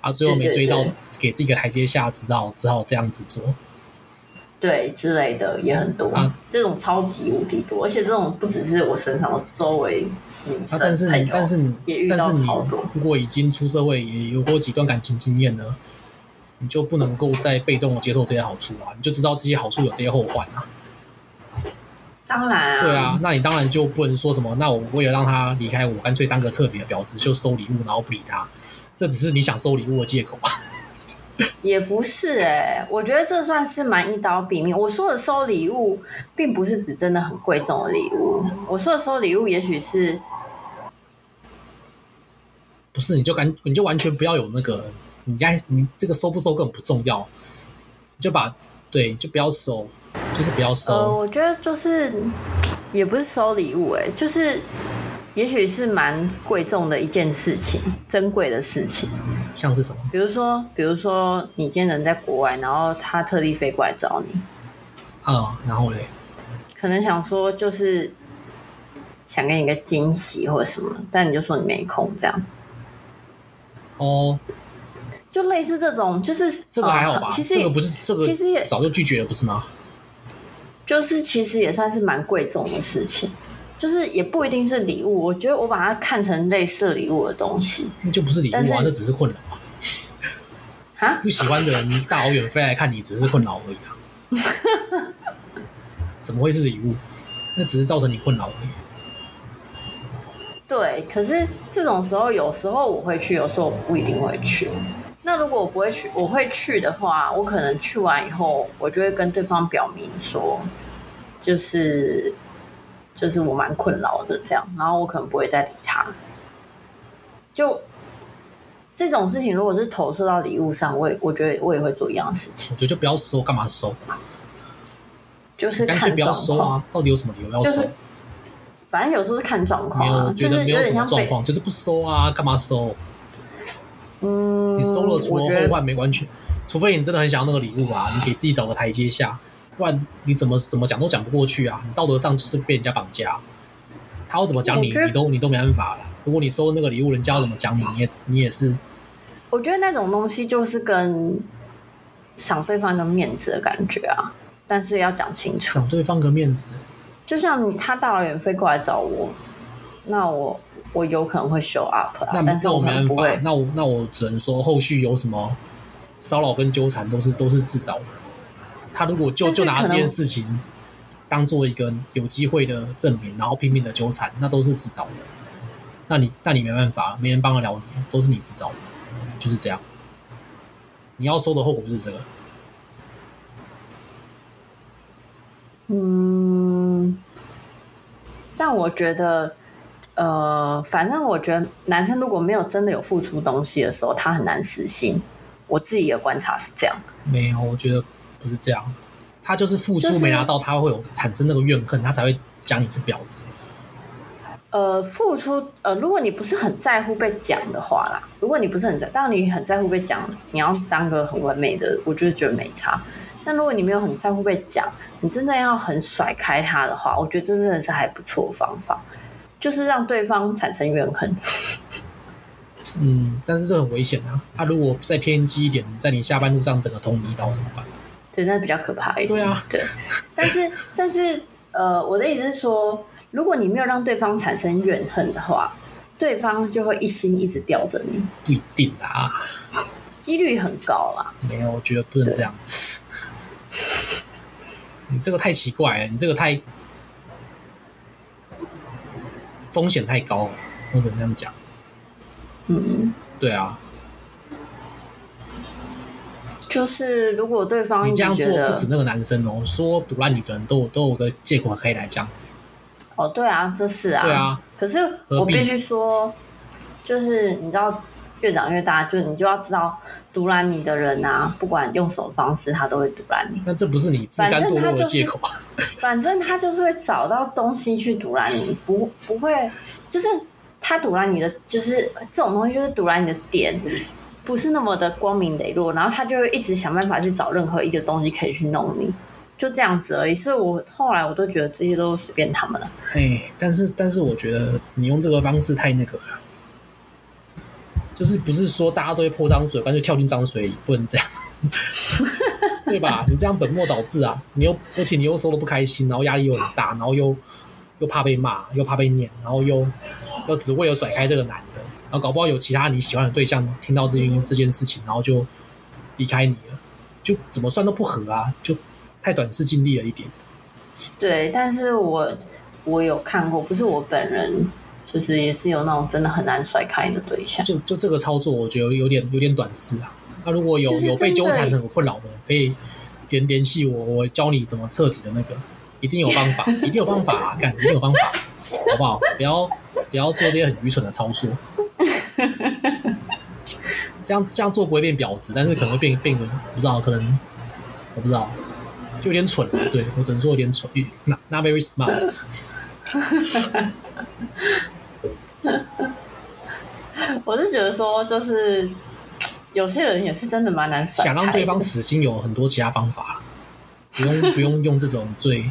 啊，最后没追到
对对，
给自己个台阶下，只好只好这样子做。
对之类的也很多，
啊
这种超级无敌多，而且这种不只是我身上，我周围女
啊
生、，
但是
朋
你
友，
但是你
也遇到
但是你
超多
如果已经出社会，也有过几段感情经验了，你就不能够再被动的接受这些好处啊，你就知道这些好处有这些后患啊。
当然啊，
对啊，，那你当然就不能说什么，那我为了让他离开我，干脆当个特别的婊子，就收礼物然后不理他，这只是你想收礼物的借口啊。
也不是哎、我觉得这算是蛮一刀毙命。我说的收礼物，并不是指真的很贵重的礼物，我说的收礼物，也许是
不是，你就干你就完全不要有那个，你该你这个收不收根本不重要，你就把对你就不要收，就是不要收。
呃，我觉得就是也不是收礼物、欸，哎，就是也许是蛮贵重的一件事情，珍贵的事情。
像是什么？
比如说，比如说你今天人在国外，然后他特地飞过来找你，
嗯，然后嘞，
可能想说就是想给你个惊喜或者什么，但你就说你没空，这样
哦，
就类似这种，就是
这个还好吧？
呃其实
这个不是这个，
其实也
早就拒绝了，不是吗？
就是其实也算是蛮贵重的事情。就是也不一定是礼物，我觉得我把它看成类似礼物的东西
那就不是礼物
但是
啊，那只是困扰啊。
啊。
不喜欢的人大老远飞来看你，只是困扰而已啊。 怎么会是礼物？那只是造成你困扰而已。
对，可是这种时候，有时候我会去，有时候我不一定会去。那如果我不会去，我会去的话，我可能去完以后，我就会跟对方表明说，就是就是我蛮困扰的这样，然后我可能不会再理他。就这种事情，如果是投射到礼物上，我也我觉得我也会做一样的事情
我，觉得就不要收，干嘛收？
就是
干脆
看
不要
状
收
况。
啊！到底有什么理由要
就
收？
是反正有时候是看状
没
况
有，
啊
我，觉
就
得
是
没
有
有
点
什么
像
状
被
况，就是不收啊，干嘛收？
嗯，
你收了，除
我
了
觉
后
得
患没完全，除非你真的很想要那个礼物啊，你给自己找个台阶下，不然你怎么怎么讲都讲不过去啊！你道德上就是被人家绑架，啊他要怎么讲你，
我觉得
你都你都没办法了。如果你收那个礼物，人家要怎么讲你，你也你也是
我觉得那种东西就是跟赏对方一个面子的感觉啊，但是要讲清楚。
赏对方个面子。
就像你他大老远飞过来找我，那我我有可能会 show up 啊，
那
但是
那我
可
没
能
办
不
法
会，。
那我那我只能说后续有什么骚扰跟纠缠都是都是自找的。他如果就
但是
就拿
可
这
能
件事情当做一个有机会的证明，然后拼命的纠缠，那都是自找的。那你那你没办法，没人帮得了你，都是你自找的，就是这样。你要受的后果就是这个。
嗯，但我觉得，呃，反正我觉得男生如果没有真的有付出东西的时候，他很难死心。我自己的观察是这样，
没有，我觉得不是这样。他就是付
就
出
是
没拿到，他会有产生那个怨恨，他才会讲你是婊子。
呃，付出，呃，如果你不是很在乎被讲的话啦，如果你不是很在，当然你很在乎被讲，你要当个很完美的，我就是觉得没差。但如果你没有很在乎被讲，你真的要很甩开他的话，我觉得这真的是还不错的方法，就是让对方产生怨恨。
嗯，但是这很危险啊！他如果再偏激一点，在你下班路上等个捅你一刀怎么办？
对，那比较可怕一点。
对啊，
对。但是，但是，呃，我的意思是说，如果你没有让对方产生怨恨的话，对方就会一心一直吊着你，
不一定啊，
几率很高啦。
没有，我觉得不能这样子。 你这个太奇怪了，你这个太风险太高了，我只能这样讲。
嗯，
对啊，
就是如果对方
你
一
这
直
样做
觉
不
得
止那个男生哦，说毒烂女的人都有都有个借口可以来讲。
哦，对啊，这是啊，
对啊。
可是
何
我
必
必须说，就是你知道，越长越大，就你就要知道，毒拦你的人啊，不管用什么方式，他都会毒拦你。
但这不是你自甘堕落的借口啊。
反正他就是会找到东西去堵拦你，不不会，就是他堵拦你的，就是这种东西就是堵拦你的点，不是那么的光明磊落，然后他就会一直想办法去找任何一个东西可以去弄你，就这样子而已。所以我后来我都觉得这些都随便他们了。
哎，但是但是我觉得你用这个方式太那个了，啊就是不是说大家都会泼脏水，干脆跳进脏水里，不能这样，对吧？你这样本末倒置啊！你又而且你又收的不开心，然后压力又很大，然后又又怕被骂，又怕被念，然后又又只为了甩开这个男的，然后搞不好有其他你喜欢的对象听到这件这件事情，然后就离开你了，就怎么算都不合啊，就太短视近利了一点。
对，但是我我有看过，不是我本人，就是也是有那种真的很难甩开的对象。
就就这个操作，我觉得有点有点短视啊。那如果有
就是真的
有被纠缠很困扰的，可以联联系我，我教你怎么彻底的那个，一定有方法，一定有方法、啊，干，一定有方法，好不好？不要不要做这些很愚蠢的操作，这样这样做不会变婊子，但是可能会变变个不知道，可能我不知道，就有点蠢了。对我只能说有点蠢，not not very smart。
我是觉得说，就是有些人也是真的蛮难甩开
想
的。
让对方死心有很多其他方法，啊不用不用用这种最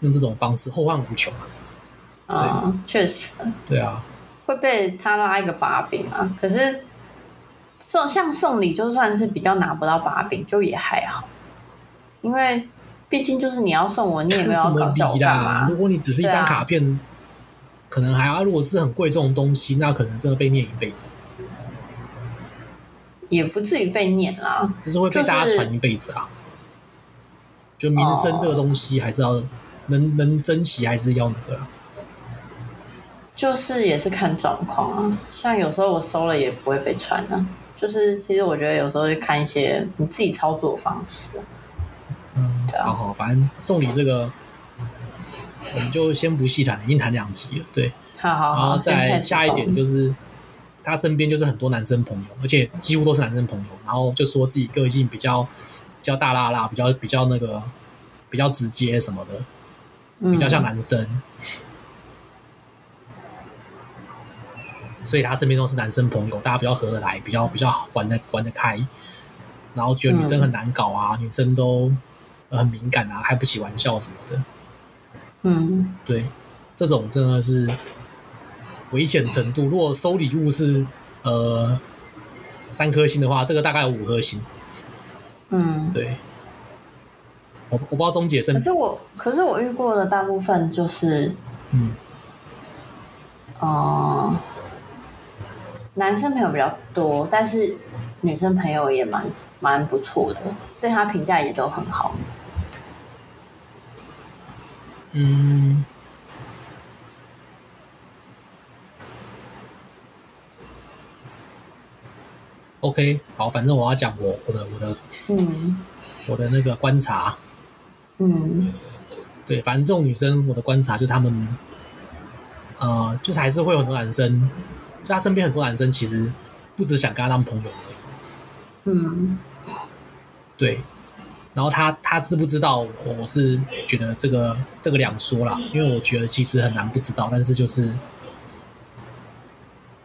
用这种方式，后患无穷啊。
嗯，确实
对啊，
会被他拉一个把柄啊。可是送像送礼，就算是比较拿不到把柄，就也还好，因为毕竟就是你要送我，你也没有
什
要搞
么
叫我
礼
干
啦？
嘛
如。果你只是一
对
张
啊
卡片，可能还要；如果是很贵重的东西，那可能真的被念一辈子，
也不至于被念啦，
就是会被
就是
大家传一辈子啊。就民生这个东西，还是要能能珍惜，还是要那个啊。
就是也是看状况啊。像有时候我收了也不会被传啊，就是其实我觉得有时候会看一些你自己操作方式啊。
嗯，
对啊
好好，反正送礼这个，嗯我们就先不细谈，已经谈两集了，对。
好好
然
好，
后再
今天
来
开始
下一
送
点就是，他身边就是很多男生朋友，而且几乎都是男生朋友，然后就说自己个性比较比较大辣辣，比较比较那个比较直接什么的，比较像
嗯
男生。所以他身边都是男生朋友，大家比较合得来，比较比较好玩得玩得开，然后觉得女生很难搞啊，女生都呃很敏感啊，开不起玩笑什么的。
嗯。
对，这种真的是危险程度。如果收礼物是呃三颗星的话，这个大概有五颗星。
嗯，
对，我我不知道钟姐身
可，是我可是我遇过的大部分就是，
嗯，
呃，男生朋友比较多，但是女生朋友也蛮蛮不错的，对他评价也都很好。
嗯，OK，好，反正我要讲我我的我的
嗯
我的那个观察，
嗯
对，反正这种女生，我的观察就是她们，呃，就是还是会有很多男生，就她身边很多男生其实不只想跟她当朋友而已，
嗯
对。然后她她知不知道我，我是觉得这个这个两说啦，因为我觉得其实很难不知道，但是就是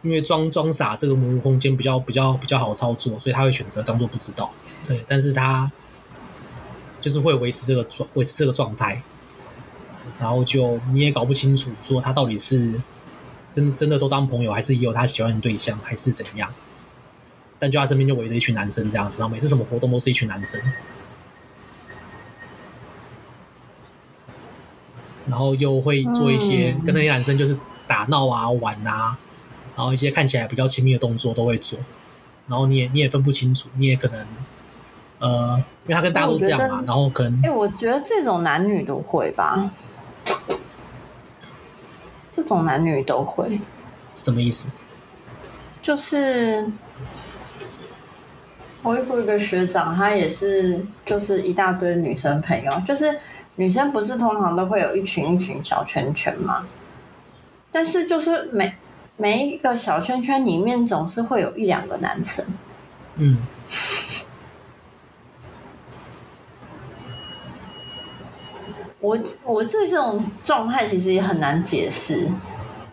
因为装装傻这个模糊空间比较比较比较好操作，所以她会选择当做不知道，对。但是她就是会维持这个状维持这个状态，然后就你也搞不清楚说他到底是真真的都当朋友，还是也有他喜欢的对象，还是怎样。但就他身边就围着一群男生这样子，然后每次什么活动都是一群男生，然后又会做一些
嗯
跟那些男生就是打闹啊、玩啊，然后一些看起来比较亲密的动作都会做，然后你也你也分不清楚，你也可能呃，因为他跟大家都这样嘛
那我觉得，
然后可能
哎、我觉得这种男女都会吧，这种男女都会，
什么意思？
就是我遇过一个学长，他也是就是一大堆女生朋友，就是女生不是通常都会有一群一群小圈圈嘛，但是就是每每一个小圈圈里面总是会有一两个男生，
嗯，
我我对这种状态其实也很难解释，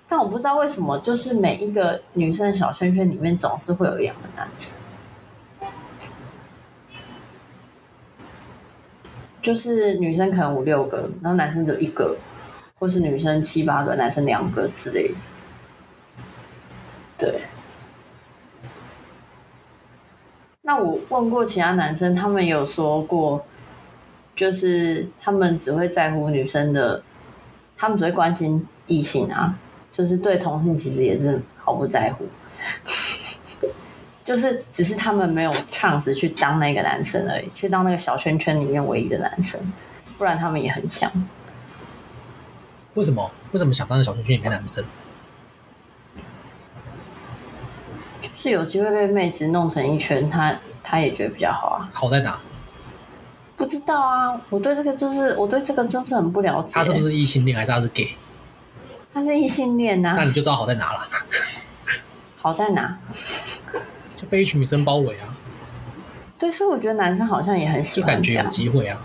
但我不知道为什么，就是每一个女生的小圈圈里面总是会有一两个男生，就是女生可能五六个，然后男生只有一个，或是女生七八个，男生两个之类的。对。那我问过其他男生，他们有说过，就是他们只会在乎女生的，他们只会关心异性啊，就是对同性其实也是毫不在乎， 就是只是他们没有 chance 去当那个男生而已，去当那个小圈圈里面唯一的男生，不然他们也很想，
为什么？为什么想当小圈圈里面的男生？
就是有机会被妹子弄成一圈，他他也觉得比较好啊。
好在哪？
不知道啊，我对这个就是我对这个真是很不了解。
他是不是异性恋，还是他是 gay？
他是异性恋啊 呐、
那你就知道好在哪了。
好在哪？
就被一群女生包围 啊，
对，所以我觉得男生好像也很喜
就
欢
感
这
觉有
样。
机会啊。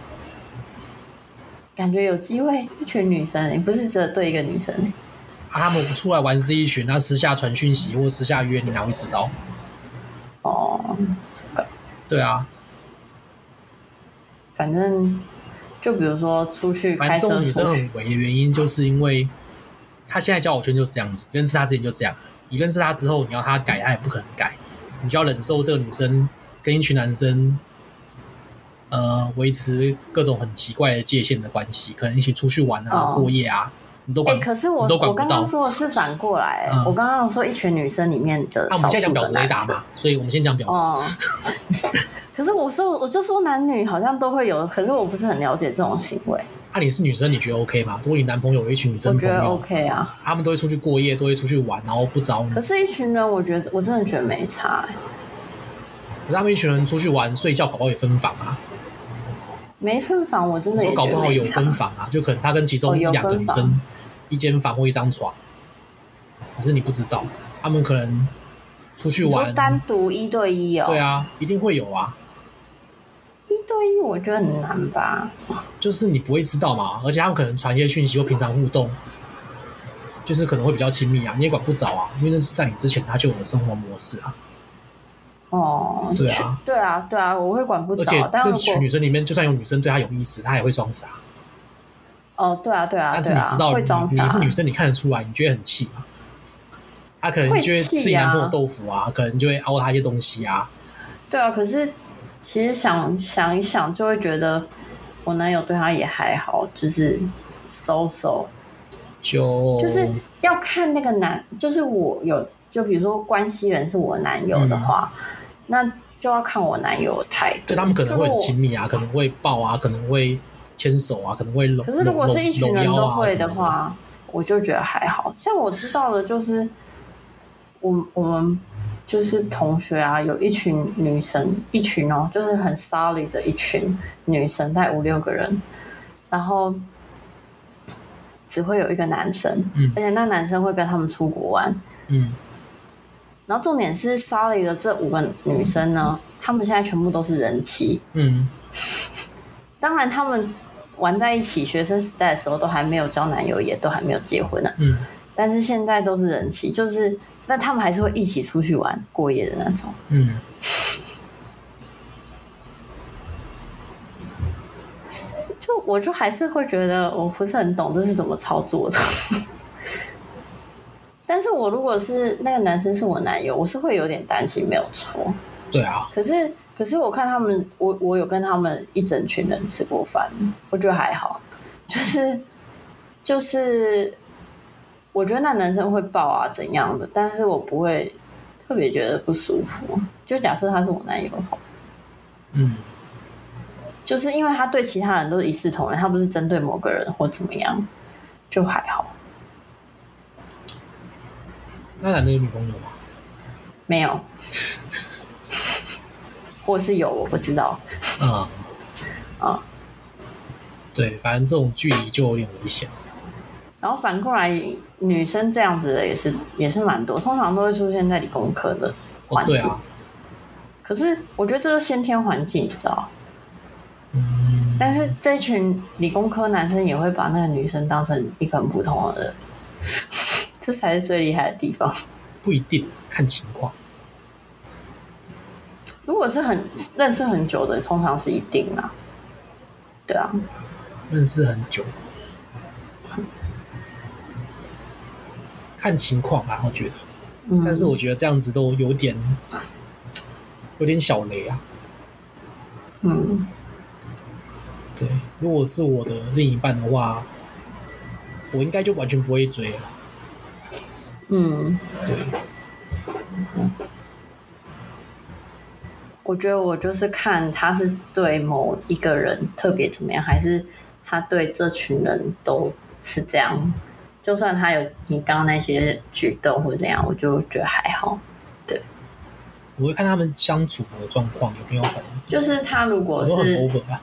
感觉有机会，一群女生、欸，不是只有对一个女生、欸。
啊，他们出来玩是一群，那私下传讯息或私下约，你哪会知道？
哦，
对啊，
反正就比如说出去
反
开
正这
车
种女生
出去，
很围的原因，就是因为她现在交友圈就是这样子，认识她之前就这样。你认识她之后，你要她改，她也不可能改，你就要忍受这个女生跟一群男生，呃，维持各种很奇怪的界限的关系，可能一起出去玩啊、
哦
过夜啊，你都
哎、
管。
可是我
你都管
我
不到
刚刚说的是反过来、欸
嗯
我刚刚说一群女生里面的
那、啊我
少
们现在讲
数的
婊子雷
男
达
生。
嘛，所以我们先讲婊子。
哦，可是我说我就说男女好像都会有，可是我不是很了解这种行为，
啊，你是女生，你觉得 OK 吗？如果你男朋友有一群女
我
生
觉
朋
得
友，
OK 啊。
他们都会出去过夜，都会出去玩，然后不找你。
可是，一群人，我觉得我真的觉得没差、欸，
可是他们一群人出去玩，睡觉搞不好也分房啊。
没分房，我真
我
的
说
也觉
搞不
得
好
没
有
差
分。房啊，就可能他跟其
哦
中一
有
两个
分
女
房
生一间房或一张床，只是你不知道，他们可能出去
你说
玩，
单独一对一哦、
对，啊，一定会有啊，
一对一我觉得很难吧。
就是你不会知道嘛，而且他们可能传一些讯息或平常互动，就是可能会比较亲密啊，你也管不着啊，因为那是在你之前他就有的生活模式啊，
哦，
对啊
去对啊，对啊，我会管不
而且
着。但如
那
果
群女生里面，就算有女生对他有意思，他也会装傻，
哦，对啊，对啊，
但是
对
你
啊
知道
会装
你
傻
你是女生，你看得出来，你觉得很气嘛？他可能
会
就会吃
气
你男朋友
啊
豆腐啊，可能就会凹他一些东西啊，
对啊。可是其实想想一想，就会觉得我男友对她也还好，就是 so so，
就
就是要看那个男，就是我有，就比如说关系人是我男友的话，
嗯
那就要看我男友的态度。
就他们可能会很
如果
亲密啊，可能会抱啊，可能会牵手啊，可能会搂
可是如果是一群人
搂搂腰
都
啊
会
什么
的
的
话，我就觉得还好。像我知道的，就是我我们就是同学啊，有一群女生，一群哦，就是很 solid 的一群女生，大概五六个人，然后只会有一个男生，
嗯
而且那男生会跟他们出国玩。
嗯，
然后重点是 solid 的这五个女生呢，她们现在全部都是人妻，
嗯
当然，他们玩在一起，学生时代的时候都还没有交男友，也都还没有结婚呢、
嗯
但是现在都是人妻，就是但他们还是会一起出去玩过夜的那种。
嗯，
就我就还是会觉得我不是很懂这是怎么操作的。 但是我如果是那个男生是我男友，我是会有点担心，没有错。
对啊，
可是可是我看他们，我我有跟他们一整群人吃过饭，我觉得还好，就是就是，我觉得那男生会抱啊怎样的，但是我不会特别觉得不舒服。就假设他是我男友的话，
嗯
就是因为他对其他人都一视同仁，他不是针对某个人或怎么样，就还好。
那男的有女朋友吗？
没有， 或是有我不知道。
嗯
啊，
对，反正这种距离就有点危险。
然后反过来，女生这样子的也是也是蛮多，通常都会出现在理工科的
哦
环，
对
境。
啊，
可是我觉得这是先天环境，你知道？
嗯，
但是这群理工科男生也会把那个女生当成一个很普通的人， 这才是最厉害的地方。
不一定看情况。
如果是很认识很久的，通常是一定啦。对啊，
认识很久，看情况吧，我觉得。
嗯，
但是我觉得这样子都有点，有点小雷啊。
嗯，
对，如果是我的另一半的话，我应该就完全不会追了。
嗯，
对，
我觉得我就是看他是对某一个人特别怎么样，还是他对这群人都是这样。就算他有你刚刚那些举动或者怎样，我就觉得还好。
我会看他们相处的状况有没有很，
就是他如果
有没有很
是
over 啊？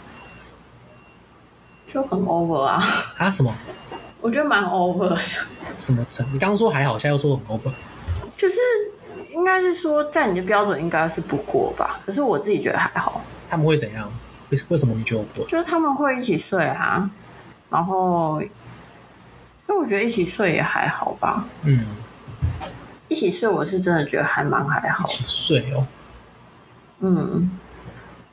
就很 over 啊，
啊什么
我觉得蛮 over 的。
什么成？你刚刚说还好，现在又说很 over，
就是应该是说，在你的标准应该是不过吧，可是我自己觉得还好。
他们会怎样？为为什么你觉得我不对？
就是他们会一起睡啊，然后，因为我觉得一起睡也还好吧。
嗯，
一起睡我是真的觉得还蛮还好
一，起睡哦。
嗯，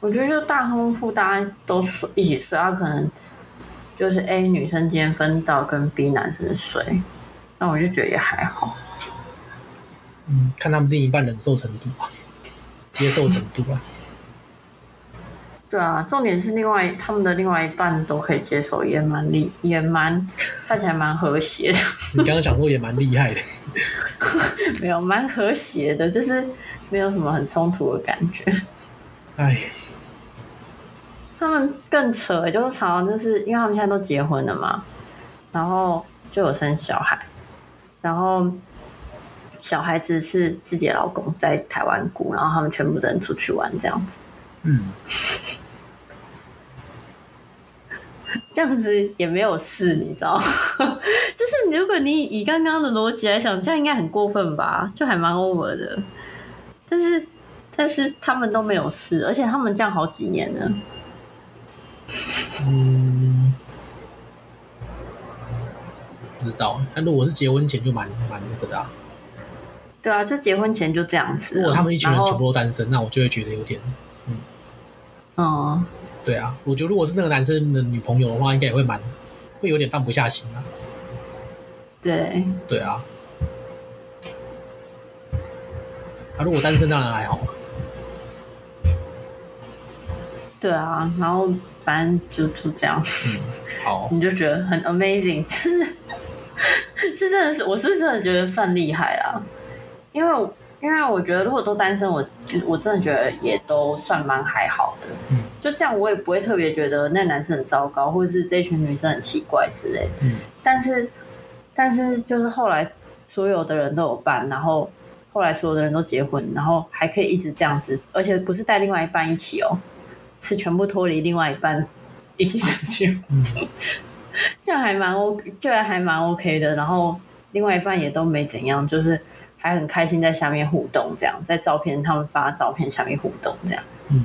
我觉得就大通铺大家都睡一起睡，啊，可能就是 A 女生今天分到跟 B 男生睡，那我就觉得也还好。
嗯，看他们另一半忍受程度啊，接受程度啊。
对啊，重点是另外他们的另外一半都可以接受，也蛮厉，也蛮看起来蛮和谐的。
你刚刚想说也蛮厉害的，
没有，蛮和谐的，就是没有什么很冲突的感觉。
哎，
他们更扯，欸就是常常就是因为他们现在都结婚了嘛，然后就有生小孩，然后小孩子是自己的老公在台湾顾，然后他们全部的人出去玩这样子，
嗯，
这样子也没有事，你知道？ 就是如果你以刚刚的逻辑来想，这样应该很过分吧？就还蛮 over 的，但是但是他们都没有事，而且他们这样好几年了。
嗯，不知道。但如果是结婚前就蛮蛮那个的、啊，
对啊，就结婚前就这样子
如
了。
果他们一群
然
人
后
全部都单身，那我就会觉得有点，
嗯，
对啊。我觉得如果是那个男生的女朋友的话，应该也会蛮，会有点放不下心啊。
对，
对啊。啊，如果单身当然还好，
对啊，然后反正就就这样，
嗯好，
你就觉得很 amazing，就是啊这真的是，我是真的觉得算厉害啦，因为因为我觉得如果都单身，我我真的觉得也都算蛮还好的。
嗯
就这样，我也不会特别觉得那男生很糟糕，或者是这群女生很奇怪之类的。
嗯
但是，但是就是后来所有的人都有伴，然后后来所有的人都结婚，然后还可以一直这样子，而且不是带另外一半一起哦，是全部脱离另外一半 一起出去，
嗯，
这样还蛮 OK，这样还蛮 OK 的。然后另外一半也都没怎样，就是还很开心在下面互动，这样在照片他们发照片下面互动，这样
嗯，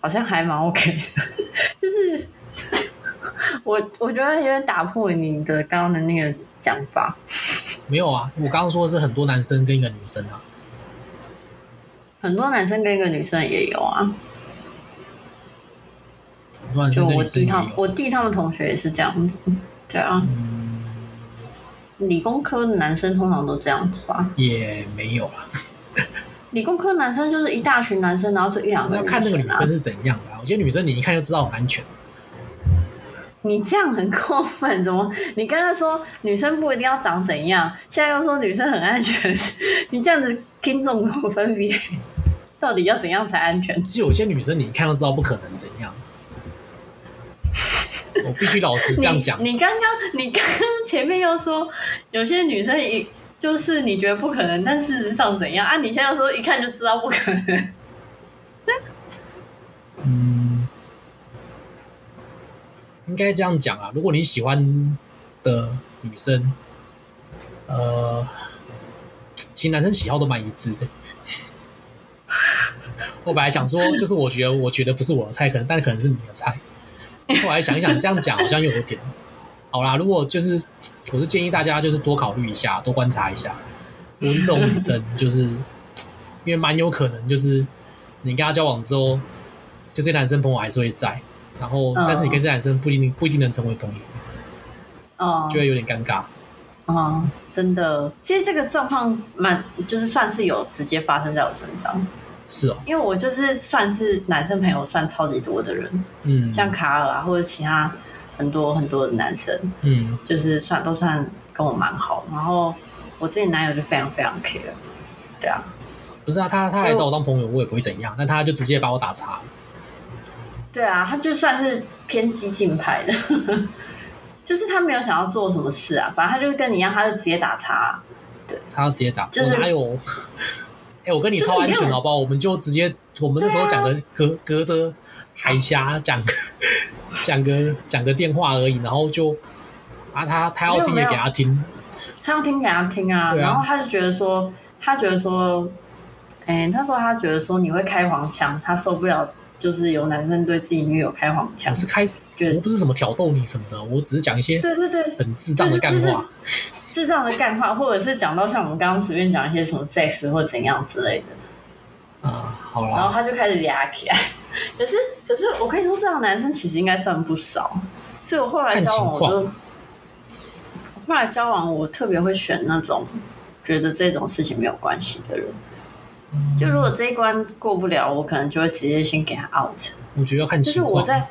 好像还蛮 OK 的，就是。 我我觉得有点打破你的刚刚的那个讲法，
没有啊，我刚刚说的是很多男生跟一个女生啊，
很多男生跟一个女生也有啊，
很多男
就
生跟
我
女生也
弟他
有。
我弟他们同学也是这样子，对啊，
嗯，
理工科的男生通常都这样子吧，
也没有啊啦，
理工科男生就是一大群男生，然后就一两
那要
个
看那个女
啊
生，是怎样的、啊。我觉得女生你一看就知道很安全，
你这样很过分，怎么？你刚才说女生不一定要长怎样，现在又说女生很安全，你这样子听众怎么分别？到底要怎样才安全？
就有些女生你一看就知道不可能怎样。啊 我必须老实这样讲，
你你刚刚你刚刚前面又说有些女生一就是你觉得不可能，但事实上怎样啊？你现在又说一看就知道 不可能，
嗯，应该这样讲啊。如果你喜欢的女生，呃，其实男生喜好都蛮一致的。 我本来想说，就是我觉得，我觉得不是我的菜，可能但可能是你的菜。后来想一想，这样讲好像又有点。好啦，如果就是，我是建议大家就是多考虑一下，多观察一下。我是这种女生，就是因为蛮有可能就是你跟她交往之后，就这些男生朋友还是会在，然后
嗯
但是你跟这些男生不一定不一定能成为朋友，
哦
就会有点尴尬。
哦，真的，其实这个状况蛮就是算是有直接发生在我身上，
是哦，
因为我就是算是男生朋友算超级多的人，
嗯，
像卡尔啊或者其他很多很多的男生，
嗯
就是算都算跟我蛮好，然后我自己男友就非常非常 care，对啊。
不是啊，他他来找我当朋友，我也不会怎样，但他就直接把我打岔。
对啊，他就算是偏激进派的， 就是他没有想要做什么事啊，反正他就跟你一样，他就直接打叉啊、
他要直接打，
就是
我哪有？ 哎、我跟你
就是
超安
你
全，
看
好不好？我们就直接，我们那时候讲个隔隔着海峡讲 个讲个讲个电话而已，然后就啊，他他要听
没
也
有
给他听，
他要听给他听啊，
对啊
然后他就觉得说，他觉得说，哎、那时候他觉得说你会开黄腔，他受不了，就是有男生对自己女友开黄腔
我，是开，
觉
我
得
不是什么挑逗你什么的，我只是讲一些
对对对，
很智障的干
就是
话。
就是智障的干话，或者是讲到像我们刚刚随便讲一些什么 sex 或怎样之类的。
啊，好
然后
啦，
他就开始嗲起来。 可是可是我跟你说，这样的男生其实应该算不少，所以我后来交往我
看情
就，后来交往我特别会选那种觉得这种事情没有关系的人。就如果这一关过不了，我可能就会直接先给他 out。
我觉得要看
就是
情
我
况。
在，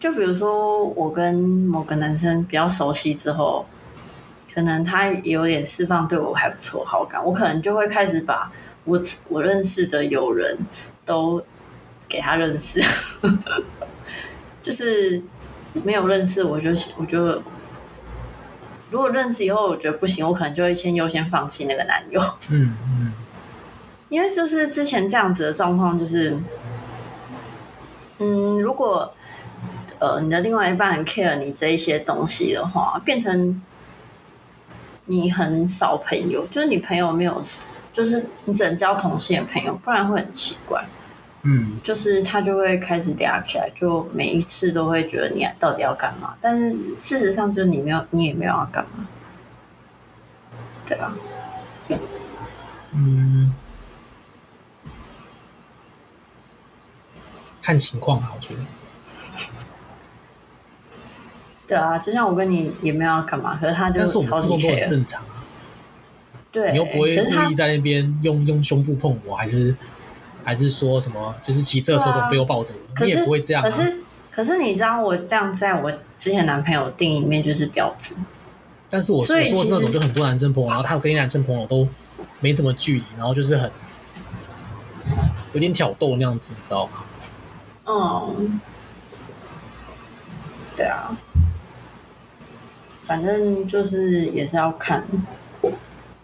就比如说我跟某个男生比较熟悉之后，可能他有点释放对我还不错好感，我可能就会开始把我我认识的友人都给他认识， 就是没有认识我就我就。如果认识以后我觉得不行，我可能就会先优先放弃那个男友。
嗯嗯
因为就是之前这样子的状况，就是，嗯，如果呃你的另外一半很 care 你这一些东西的话，变成你很少朋友，就是你朋友没有，就是你只能交同性的朋友，不然会很奇怪。
嗯，
就是他就会开始嗲起来，就每一次都会觉得你到底要干嘛，但是事实上就是你没有，你也没有要干嘛，对啊吧？
嗯，看情况啊吧，我觉得。
对啊，就像我跟你也没有要干嘛，可是他就
但是我们
超
互动
级
都
care
很。正常啊，
对，
你又不会
可是他
故意在那边用用胸部碰我，还是还是说什么就是骑车的时候
对啊
从背后抱着我，
可
你
是
也不会这样啊
可。是可是你知道，我这样在我之前男朋友定义里面就是婊子，
但是我
所
我
以
说的是那
其
种
实
就很多男生朋友，然后他有跟男生朋友都没什么距离，然后就是很有点挑逗那样子，你知道吗？
嗯，对啊，反正就是也是要看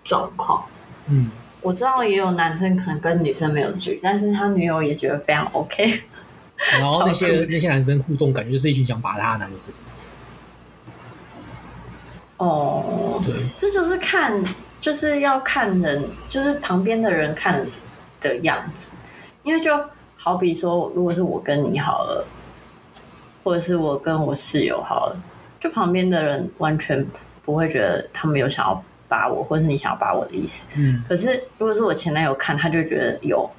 状况。
嗯，
我知道也有男生可能跟女生没有距离，但是他女友也觉得非常 OK。
然后那
超
些
酷
那些男生互动，感觉就是一群想把他的男生。
哦，
对，
这就是看，就是要看人，就是旁边的人看的样子。因为就好比说，如果是我跟你好了，或者是我跟我室友好了，就旁边的人完全不会觉得他们有想要把我，或是你想要把我的意思。
嗯，
可是如果是我前男友看，他就觉得有，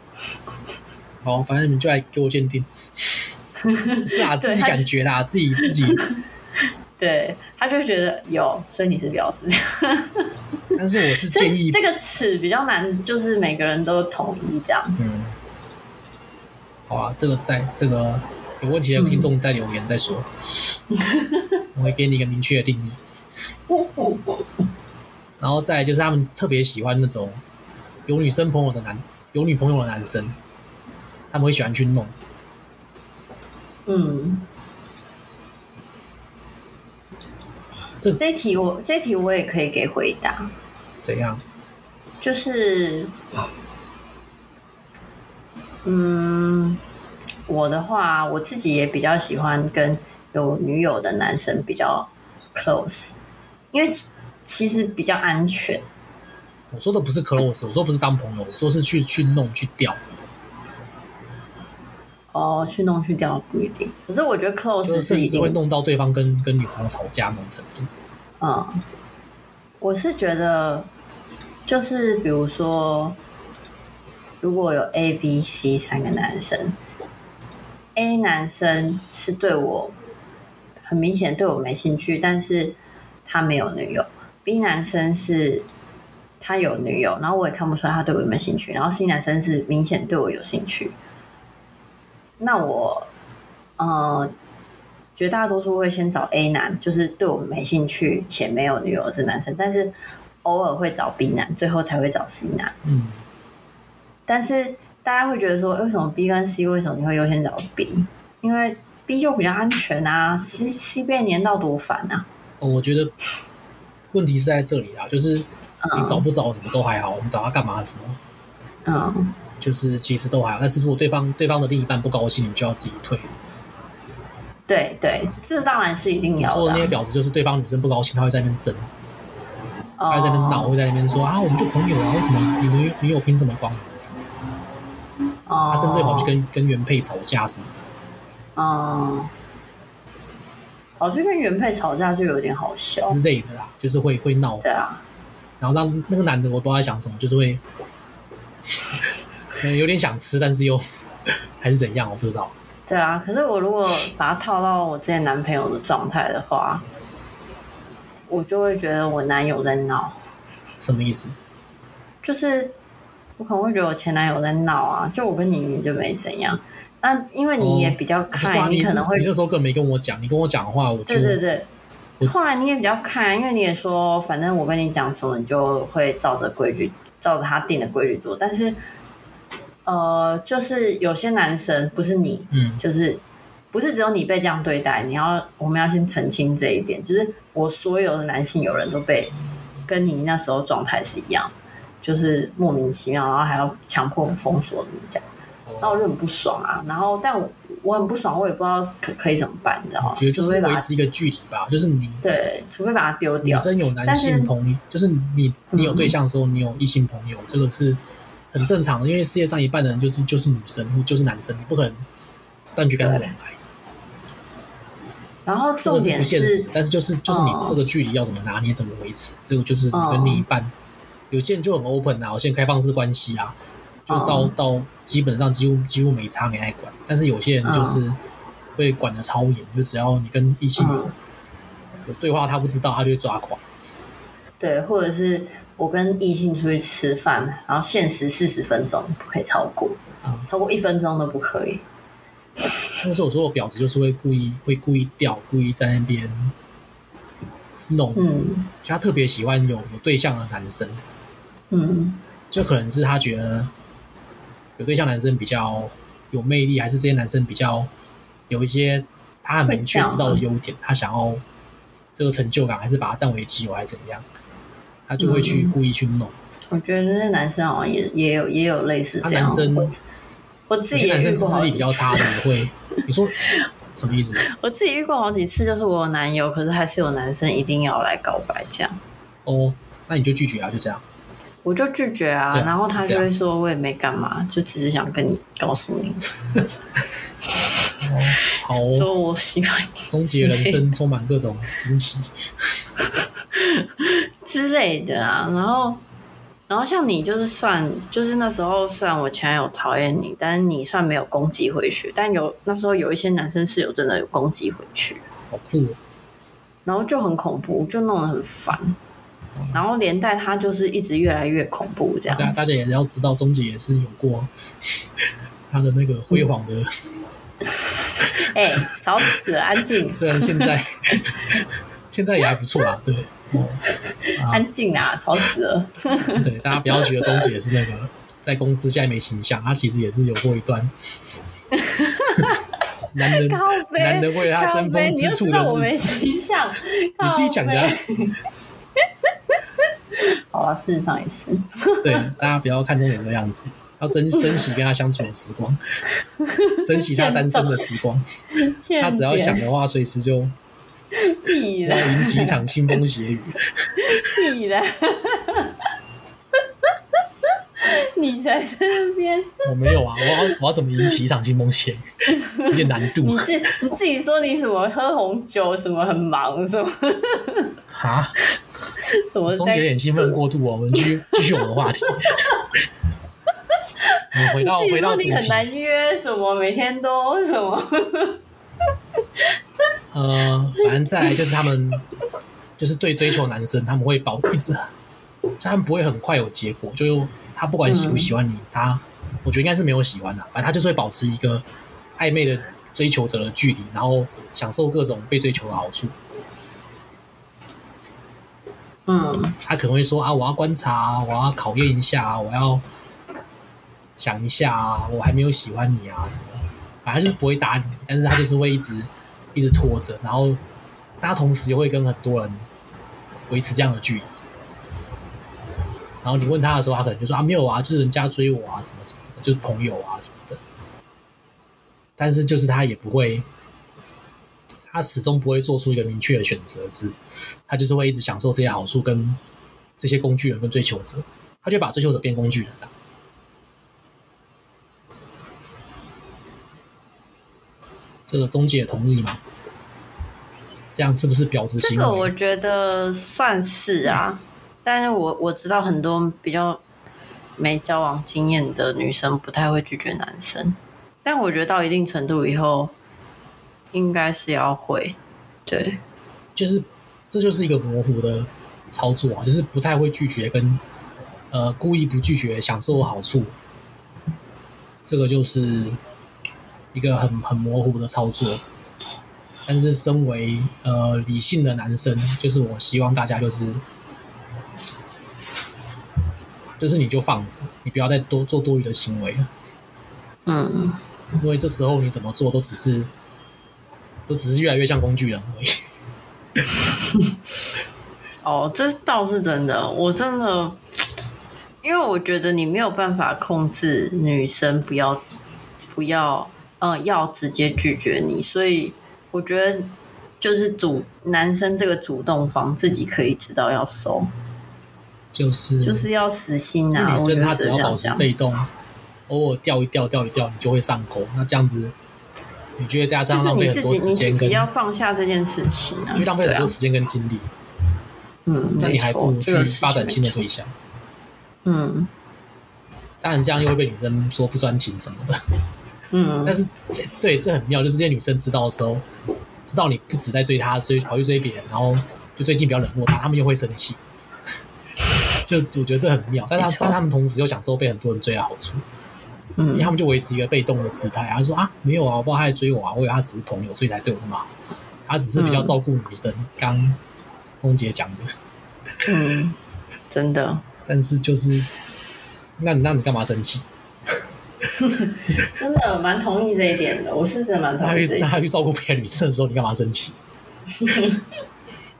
好，反正你们就来给我鉴 定。是啊，
对
自己
他
感觉啦，自己自 己。
对，他就觉得有，所以你是婊子。
但是我是
这
建议，
这个尺比较难，就是每个人都统一这样子。
嗯，好啊，这个在这个有问题的听众再留言再 说，我会给你一个明确的定义。哦然后再来就是他们特别喜欢那种有女生朋友的男有女朋友的男生，他们会喜欢去弄。
嗯，
这
这一题我这一题我也可以给回答，
怎样？
就是，嗯，我的话我自己也比较喜欢跟有女友的男生比较 close，因为其其实比较安全。
我说的不是 close，我说不是当朋友，我说是去去弄去钓，
哦，去弄去掉不一定，可是我觉得 close
就是
是
甚
一
至
定
会弄到对方跟跟女朋友吵架那种程度。
嗯，我是觉得，就是比如说，如果有 A、B、C 三个男生，A 男生是对我很明显对我没兴趣，但是他没有女友；B 男生是他有女友，然后我也看不出来他对我有没有兴趣；然后 C 男生是明显对我有兴趣。那我，呃，绝大多数会先找 A 男，就是对我没兴趣且没有女友的这男生，但是偶尔会找 B 男，最后才会找 C 男。
嗯，
但是大家会觉得说，哎为什么 B 跟 C 为什么你会优先找 B？因为 B 就比较安全啊，C C 被黏到多烦啊。
哦我觉得问题是在这里啊，就是你找不找什么都还好，我们找他干嘛什么？
嗯，
就是其实都还好，但是如果对方对方的另一半不高兴，你就要自己退。
对对，这当然是一定
你
要
说的
的啊、
那些婊子就是对方女生不高兴，她会在那边争，她会在那边闹，
哦
会在那边说啊，我们就朋友啊，为什么你女女友凭什么管我什么什么？
哦
她甚至跑去跟跟原配吵架什么的。
嗯，跑去跟原配吵架就有点好笑。
之类的啦，就是会会闹，
对啊，
然后那那个男的我不知道在想什么，就是 会可能有点想吃，但是又 还是怎样，我不知道。
对啊，可是我如果把它套到我之前男朋友的状态的话，我就会觉得我男友在闹，
什么意思？
就是我可能会觉得我前男友在闹啊，就我跟你明明就没怎样，那因为你也比较
不是
看，
啊，
你
你
可能会
你那时候根本没跟我讲，你跟我讲的话，我就
对对对。
我
后来你也比较看，因为你也说，反正我跟你讲什么，你就会照着规矩，照着他定的规矩做。但是，呃，就是有些男生不是你，
嗯
就是不是只有你被这样对待，你要我们要先澄清这一点，就是我所有的男性友人都被跟你那时候状态是一样的，就是莫名其妙，然后还要强迫封锁你这样，那我就很不爽啊。然后，但我我很不爽，我也不知道可可以怎么办，你知道吗
我？觉得就
除非
是
把
维
它
持一个距离吧，就是你
对，除非把它丢
女
掉。
生有男
但是嗯
性朋友，就是你你有对象的时候，你有异性朋友，这个是很正常的，因为世界上一半的人就是就是女生或就是男生，你不可能断绝干涉往来，
然后
这
重
个是
点
不现
是
实。，但是就是就是你
哦
这个距离要怎么拿捏，怎么维持，这个就是你
哦
跟另一半，有些人就很 open 啊，有些人开放式关系啊，就到
哦
到基本上几乎几乎没差没爱管，但是有些人就是会管的超严，就只要你跟异性
哦嗯，
有对话，他不知道，他就会抓狂。
对，或者是我跟异性出去吃饭，然后限时四十分钟，不可以超过
嗯，
超过一分钟都不可以。
但是我说我婊子就是会故意会故意掉，故意在那边弄。
嗯
就他特别喜欢有有对象的男生，
嗯
就可能是他觉得有对象男生比较有魅力，还是这些男生比较有一些他很明确知道的优点，他想要这个成就感，还是把它占为己有，还是怎么样，他就会去
嗯
故意去弄。
我觉得那男生好像也也有也有类似
啊
这样。
男生
我我自
有
己
些
也
男生
遇过好
资
几
历比较差的也会，你说什么意思？
我自己遇过好几次，就是我有男友，可是还是有男生一定要来告白这样。
哦，那你就拒绝啊，就这样。
我就拒绝啊，
对啊
然后他
这
就
样
会说我也没干嘛，就只是想跟你告诉你，
好、哦，
说我喜欢你
终结人生充满各种惊奇。
之类的啊。然后，然后像你就是算，就是那时候虽然我前男友讨厌你，但是你算没有攻击回去，但有那时候有一些男生是有真的有攻击回去，
好酷、哦！
然后就很恐怖，就弄得很烦。然后连带他就是一直越来越恐怖这
大家
样
大
子，
家也要知道，钟姐也是有过 她的那个辉煌的，
哎、吵死了，安静，
虽然现在 现在也还不错啦，对，哦，
安静啊，吵死 了。
对，大家不要觉得钟姐是那个在公司现在没形象，她其实也是有过一 段男人
靠背，
男人为了他争风吃醋
靠背你又知道我
的日
没
子，
形象，
你自己讲的啊、
好啊，事实上也是。
对，大家不要看钟姐这个样子，要 珍珍惜跟她相处的时光，珍惜她单身的时 光，她只要想的啊话，随时就
屁
要
了，
引起一场腥风血雨。
屁了， 你在这边，
我没有啊，我要我要怎么引起一场腥风血雨？有点难
你
度
自你自己说你什么喝红酒，什么很忙，什么
哈，
什么
钟姐有
在。
点兴奋过度哦，我们 继续继续我们的话题。 我们 回到
自己
回
说
到主
你很
题，
难约，什么每天都什么，
呃，反正再来就是他们就是对追求男生，他们会保一直，他们不会很快有结果，就他不管喜
嗯
不喜欢你，他我觉得应该是没有喜欢的，反正他就是会保持一个暧昧的追求者的距离，然后享受各种被追求的好处。
嗯，
他可能会说啊，我要观察啊，我要考验一下啊，我要想一下啊，我还没有喜欢你啊什么的，反正就是不会打你，但是他就是会一直一直拖着，然后他同时又会跟很多人维持这样的距离。然后你问他的时候，他可能就说啊没有啊，就是人家追我啊什么什么的，就是朋友啊什么的。但是就是他也不会，他始终不会做出一个明确的选择之他就是会一直享受这些好处跟这些工具人跟追求者，他就把追求者变工具人了。这个中介同意吗？这样是不是婊子
这
行
个
为？
我觉得算是啊，但是我我知道很多比较没交往经验的女生不太会拒绝男生，但我觉得到一定程度以后，应该是要会，对，
就是这就是一个模糊的操作啊，就是不太会拒绝跟呃故意不拒绝享受好处，这个就是一个很很模糊的操作。但是身为呃理性的男生，就是我希望大家就是就是你就放着，你不要再多做多余的行为了。
嗯，
因为这时候你怎么做都只是，都只是越来越像工具人而已。
哦，这倒是真的，我真的，因为我觉得你没有办法控制女生不要不要，呃，要直接拒绝你，所以我觉得就是主男生这个主动方自己可以知道要收，
就是
就是要死心啊，
那
我
女
觉
生
得
她
是
只
这
要
样
保持
讲。
被动，偶尔钓一钓，钓一钓，你就会上钩。那这样子，你就会加
就
上
是
浪费
你
很
自
多
己，
时
你
间
自己
跟，
要放下这件事情啊，
因为浪费
对
很
啊
多，时间跟精力，
嗯，
那你还不
没
如
错
去
这个是
发展
没
新的
错
对象。
嗯
当然，这样又会被女生说不专情什么的。
嗯，
但是这对这很妙，就是这些女生知道的时候，知道你不止在追她，所以跑去追别人，然后就最近不要冷落她，她们又会生气。 就我觉得这很妙，但
没
她
错
但她们同时又享受被很多人追的好处。因为
嗯
他们就维持一个被动的姿态啊，他说啊没有啊，我不知道他在追我啊，我以为他只是朋友，所以才对我那么好，他只是比较照顾女生。刚钟杰讲的，
嗯，真的，
但是就是那你那你干嘛生气？
真的蛮同意这一点的，我是真的蛮
那他
同意这
去
一
那
点。
他去照顾别的女生的时候，你干嘛生 气？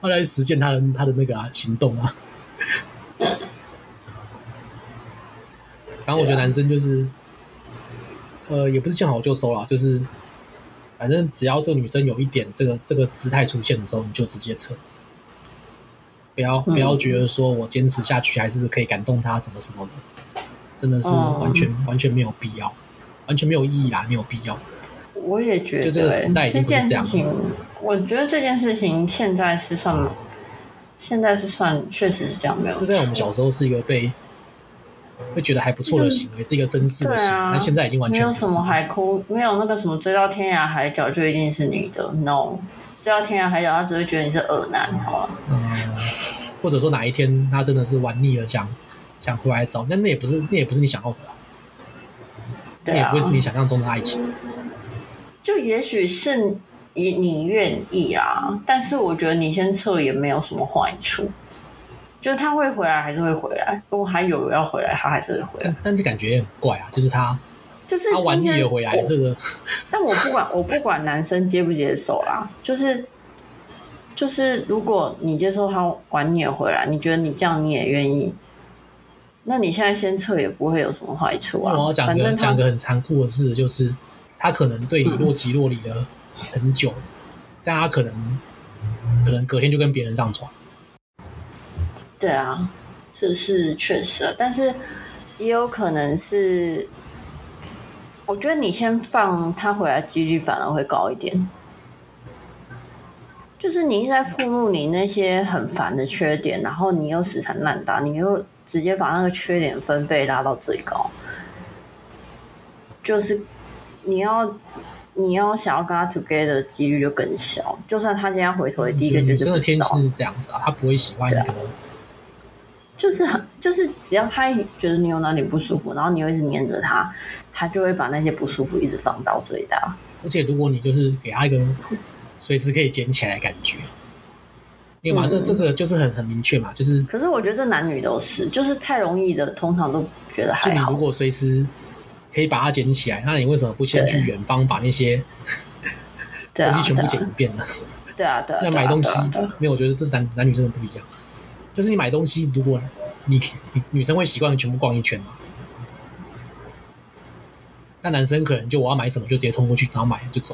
他来实践他的他的那个、啊、行动啊。反正我觉得男生就是，呃，也不是见好就收啦，就是反正只要这个女生有一点这个这个姿态出现的时候，你就直接撤，不要不要
嗯
觉得说我坚持下去还是可以感动她什么什么的，真的是
哦
完全、完全没有必要，完全没有意义啦，没有必要。
我也觉得、
就这个时代
欸
已经不是
件
这样
事
了
情，我觉得这件事情现在是算，现在是算确实是这样，没有
这在我们小时候是一个被会觉得还不错的行为，是一个绅士的
对
行为
啊，
那现在已经完
没
全不
有
是
什。么海哭，没有那个什么追到天涯海角就一定是你的，no，追到天涯海角他只会觉得你是恶男，好吗？
嗯，或者说哪一天他真的是玩腻了，想想回来找，那那也不是那也不是你想要的啊，那
对
也
啊
不会，是你想象中的爱情。
就也许是你你愿意啊，但是我觉得你先撤也没有什么坏处，就是他会回来还是会回来，如果他有要回来，他还是会回来。
但但这感觉也很怪啊，就是他
就是
他玩
啊今
腻
天
了回来，
我
这个
但我不管，我不管男生接不接受啦，就是就是，如果你接受他晚点回来，你觉得你这样你也愿意，那你现在先撤也不会有什么坏处
我
啊。
要讲
反
个
正
讲
他
个很残酷的事，就是他可能对你若即若离了很久，但他可能可能隔天就跟别人上床。
对啊，这是确实啊，但是也有可能是，我觉得你先放他回来几率反而会高一点。就是你一直在附录你那些很烦的缺点，然后你又死缠烂打，你又直接把那个缺点分贝拉到最高，就是你要你要想要跟他 together 的几率就更小。就算他今天回头，也第一个
女
就
生的天
知道。
性是这样子啊，她不会喜欢一个
就是很，就是只要他觉得你有哪里不舒服，然后你又一直黏着他，他就会把那些不舒服一直放到最大。
而且如果你就是给他一个随时可以捡起来的感觉，因为嘛，
嗯
这这个就是很很明确嘛，就是
可是我觉得这男女都是，就是太容易的，通常都觉得
就
还
你如
好。
果随时可以把它捡起来，那你为什么不先去远方把那些
对
东
啊
西，全
对
部
啊，
捡一遍呢？
对啊，对啊，
那
对啊
买东西
对啊对啊
没有，我觉得这男男女真的不一样，就是你买东西，如果你你女生会习惯全部逛一圈嘛。那男生可能就我要买什么就直接冲过去，然后买就走，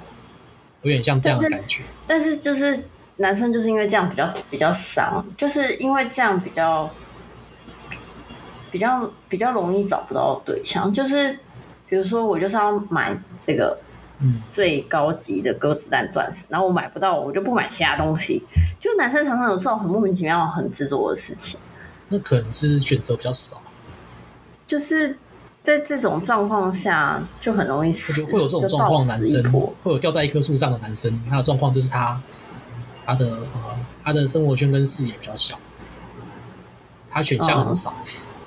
有点像这样的
但是
感觉。
但是就是男生就是因为这样比较比较伤，就是因为这样比较比较比较容易找不到对象。就是比如说，我就是要买这个
嗯，
最高级的鸽子蛋钻石，然后我买不到，我就不买其他东西。就男生常常有这种很莫名其妙、很执着的事情，
那可能是选择比较少，
就是在这种状况下就很容易
我觉
死，
得会有这种
就
状况，
暴
男
死一
生
波
会有掉在一棵树上的男生，他的状况就是他他的呃他的生活圈跟视野比较小，他选项
嗯
很少，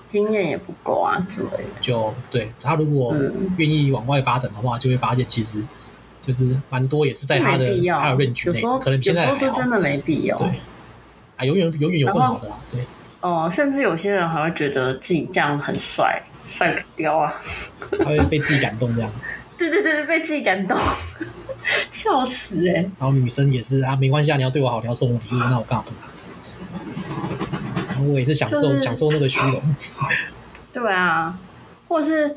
经验也不够啊之类的。
就对他如果
嗯
愿意往外发展的话，就会发现其实就是蛮多也是在他
没
的
必要，
他的认区
有
内
时候，
可能现在还
有时候就
好
真的没必要。
对啊，永远永远有更好的啦，对，
哦、甚至有些人还会觉得自己这样很帅，帅个雕啊！
他会被自己感动这样。
对对对对，被自己感动， 笑死哎、欸！
然后女生也是啊，没关系啊，你要对我好，你要送我礼物，那我干嘛不拿？然后我也是享受、
就是
享受那个虚荣。
对啊，或是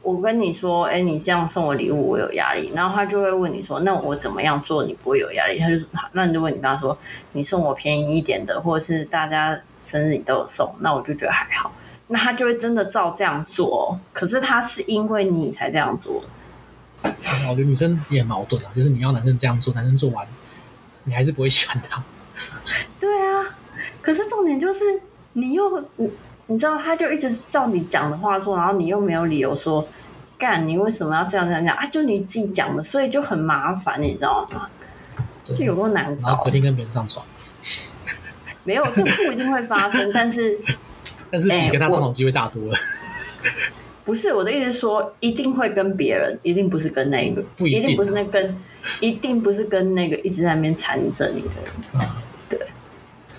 我跟你说，哎、你这样送我礼物，我有压力，然后他就会问你说，那我怎么样做你不会有压力？他就好那如果你跟他说，你送我便宜一点的，或者是大家生日你都有送，那我就觉得还好。那他就会真的照这样做、哦，可是他是因为你才这样做，
我觉得女生也很矛盾啊，就是你要男生这样做，男生做完，你还是不会喜欢他。
对啊，可是重点就是你又你你知道，他就一直照你讲的话做，然后你又没有理由说，干你为什么要这样这样讲啊？就你自己讲的，所以就很麻烦，你知道吗？
对
就有够难
然后
搞
隔。天跟别人上床，
没有，这不一定会发生，但是
但是比
哎
跟他上
我
床机会大多了，
不是我的意思是说，一定会跟别人，一定不是跟那一个，
不一定啊
定不是那跟，一定不是跟那个一直在那边缠着你的人。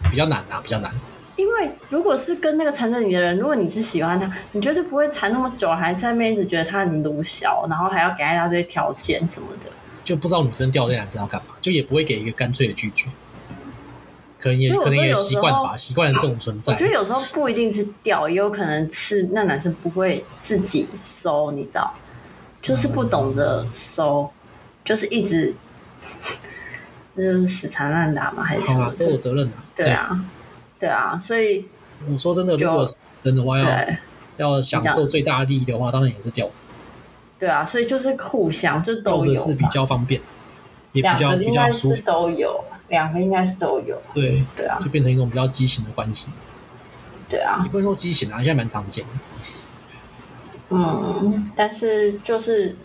比较难啊，比较难。
因为如果是跟那个缠着你的人，如果你是喜欢他，你绝对不会缠那么久，还在那边一直觉得他很鲁小，然后还要给他一大堆条件什么的。
就不知道女生掉在男生要干嘛，就也不会给一个干脆的拒绝，可能也
所以我
可
说
能也
有时
习惯
候
吧，习惯了这种存
我
在。
觉得有时候不一定是掉，也有可能是那男生不会自己收，你知道，就是不懂得收，就是一直 就是死缠烂打嘛，还是什
好
么
啦，嗯都
的
有责任啊。
对，啊，对啊，所以
我说真的，
就
如果真的话要
对
要享受最大的利益的话，当然也是吊着，
对啊，所以就是互相就
吊
都
嗯着
有
是比
嘛，
较方便，也比
两
较
个
比
应
较
该
舒
是
服。
都有，两个应该是都有，
对，
对啊，
就变成一种比较畸形的关系。
对啊
也，不能说畸形啊，现在蛮常见的。
嗯，但是就是，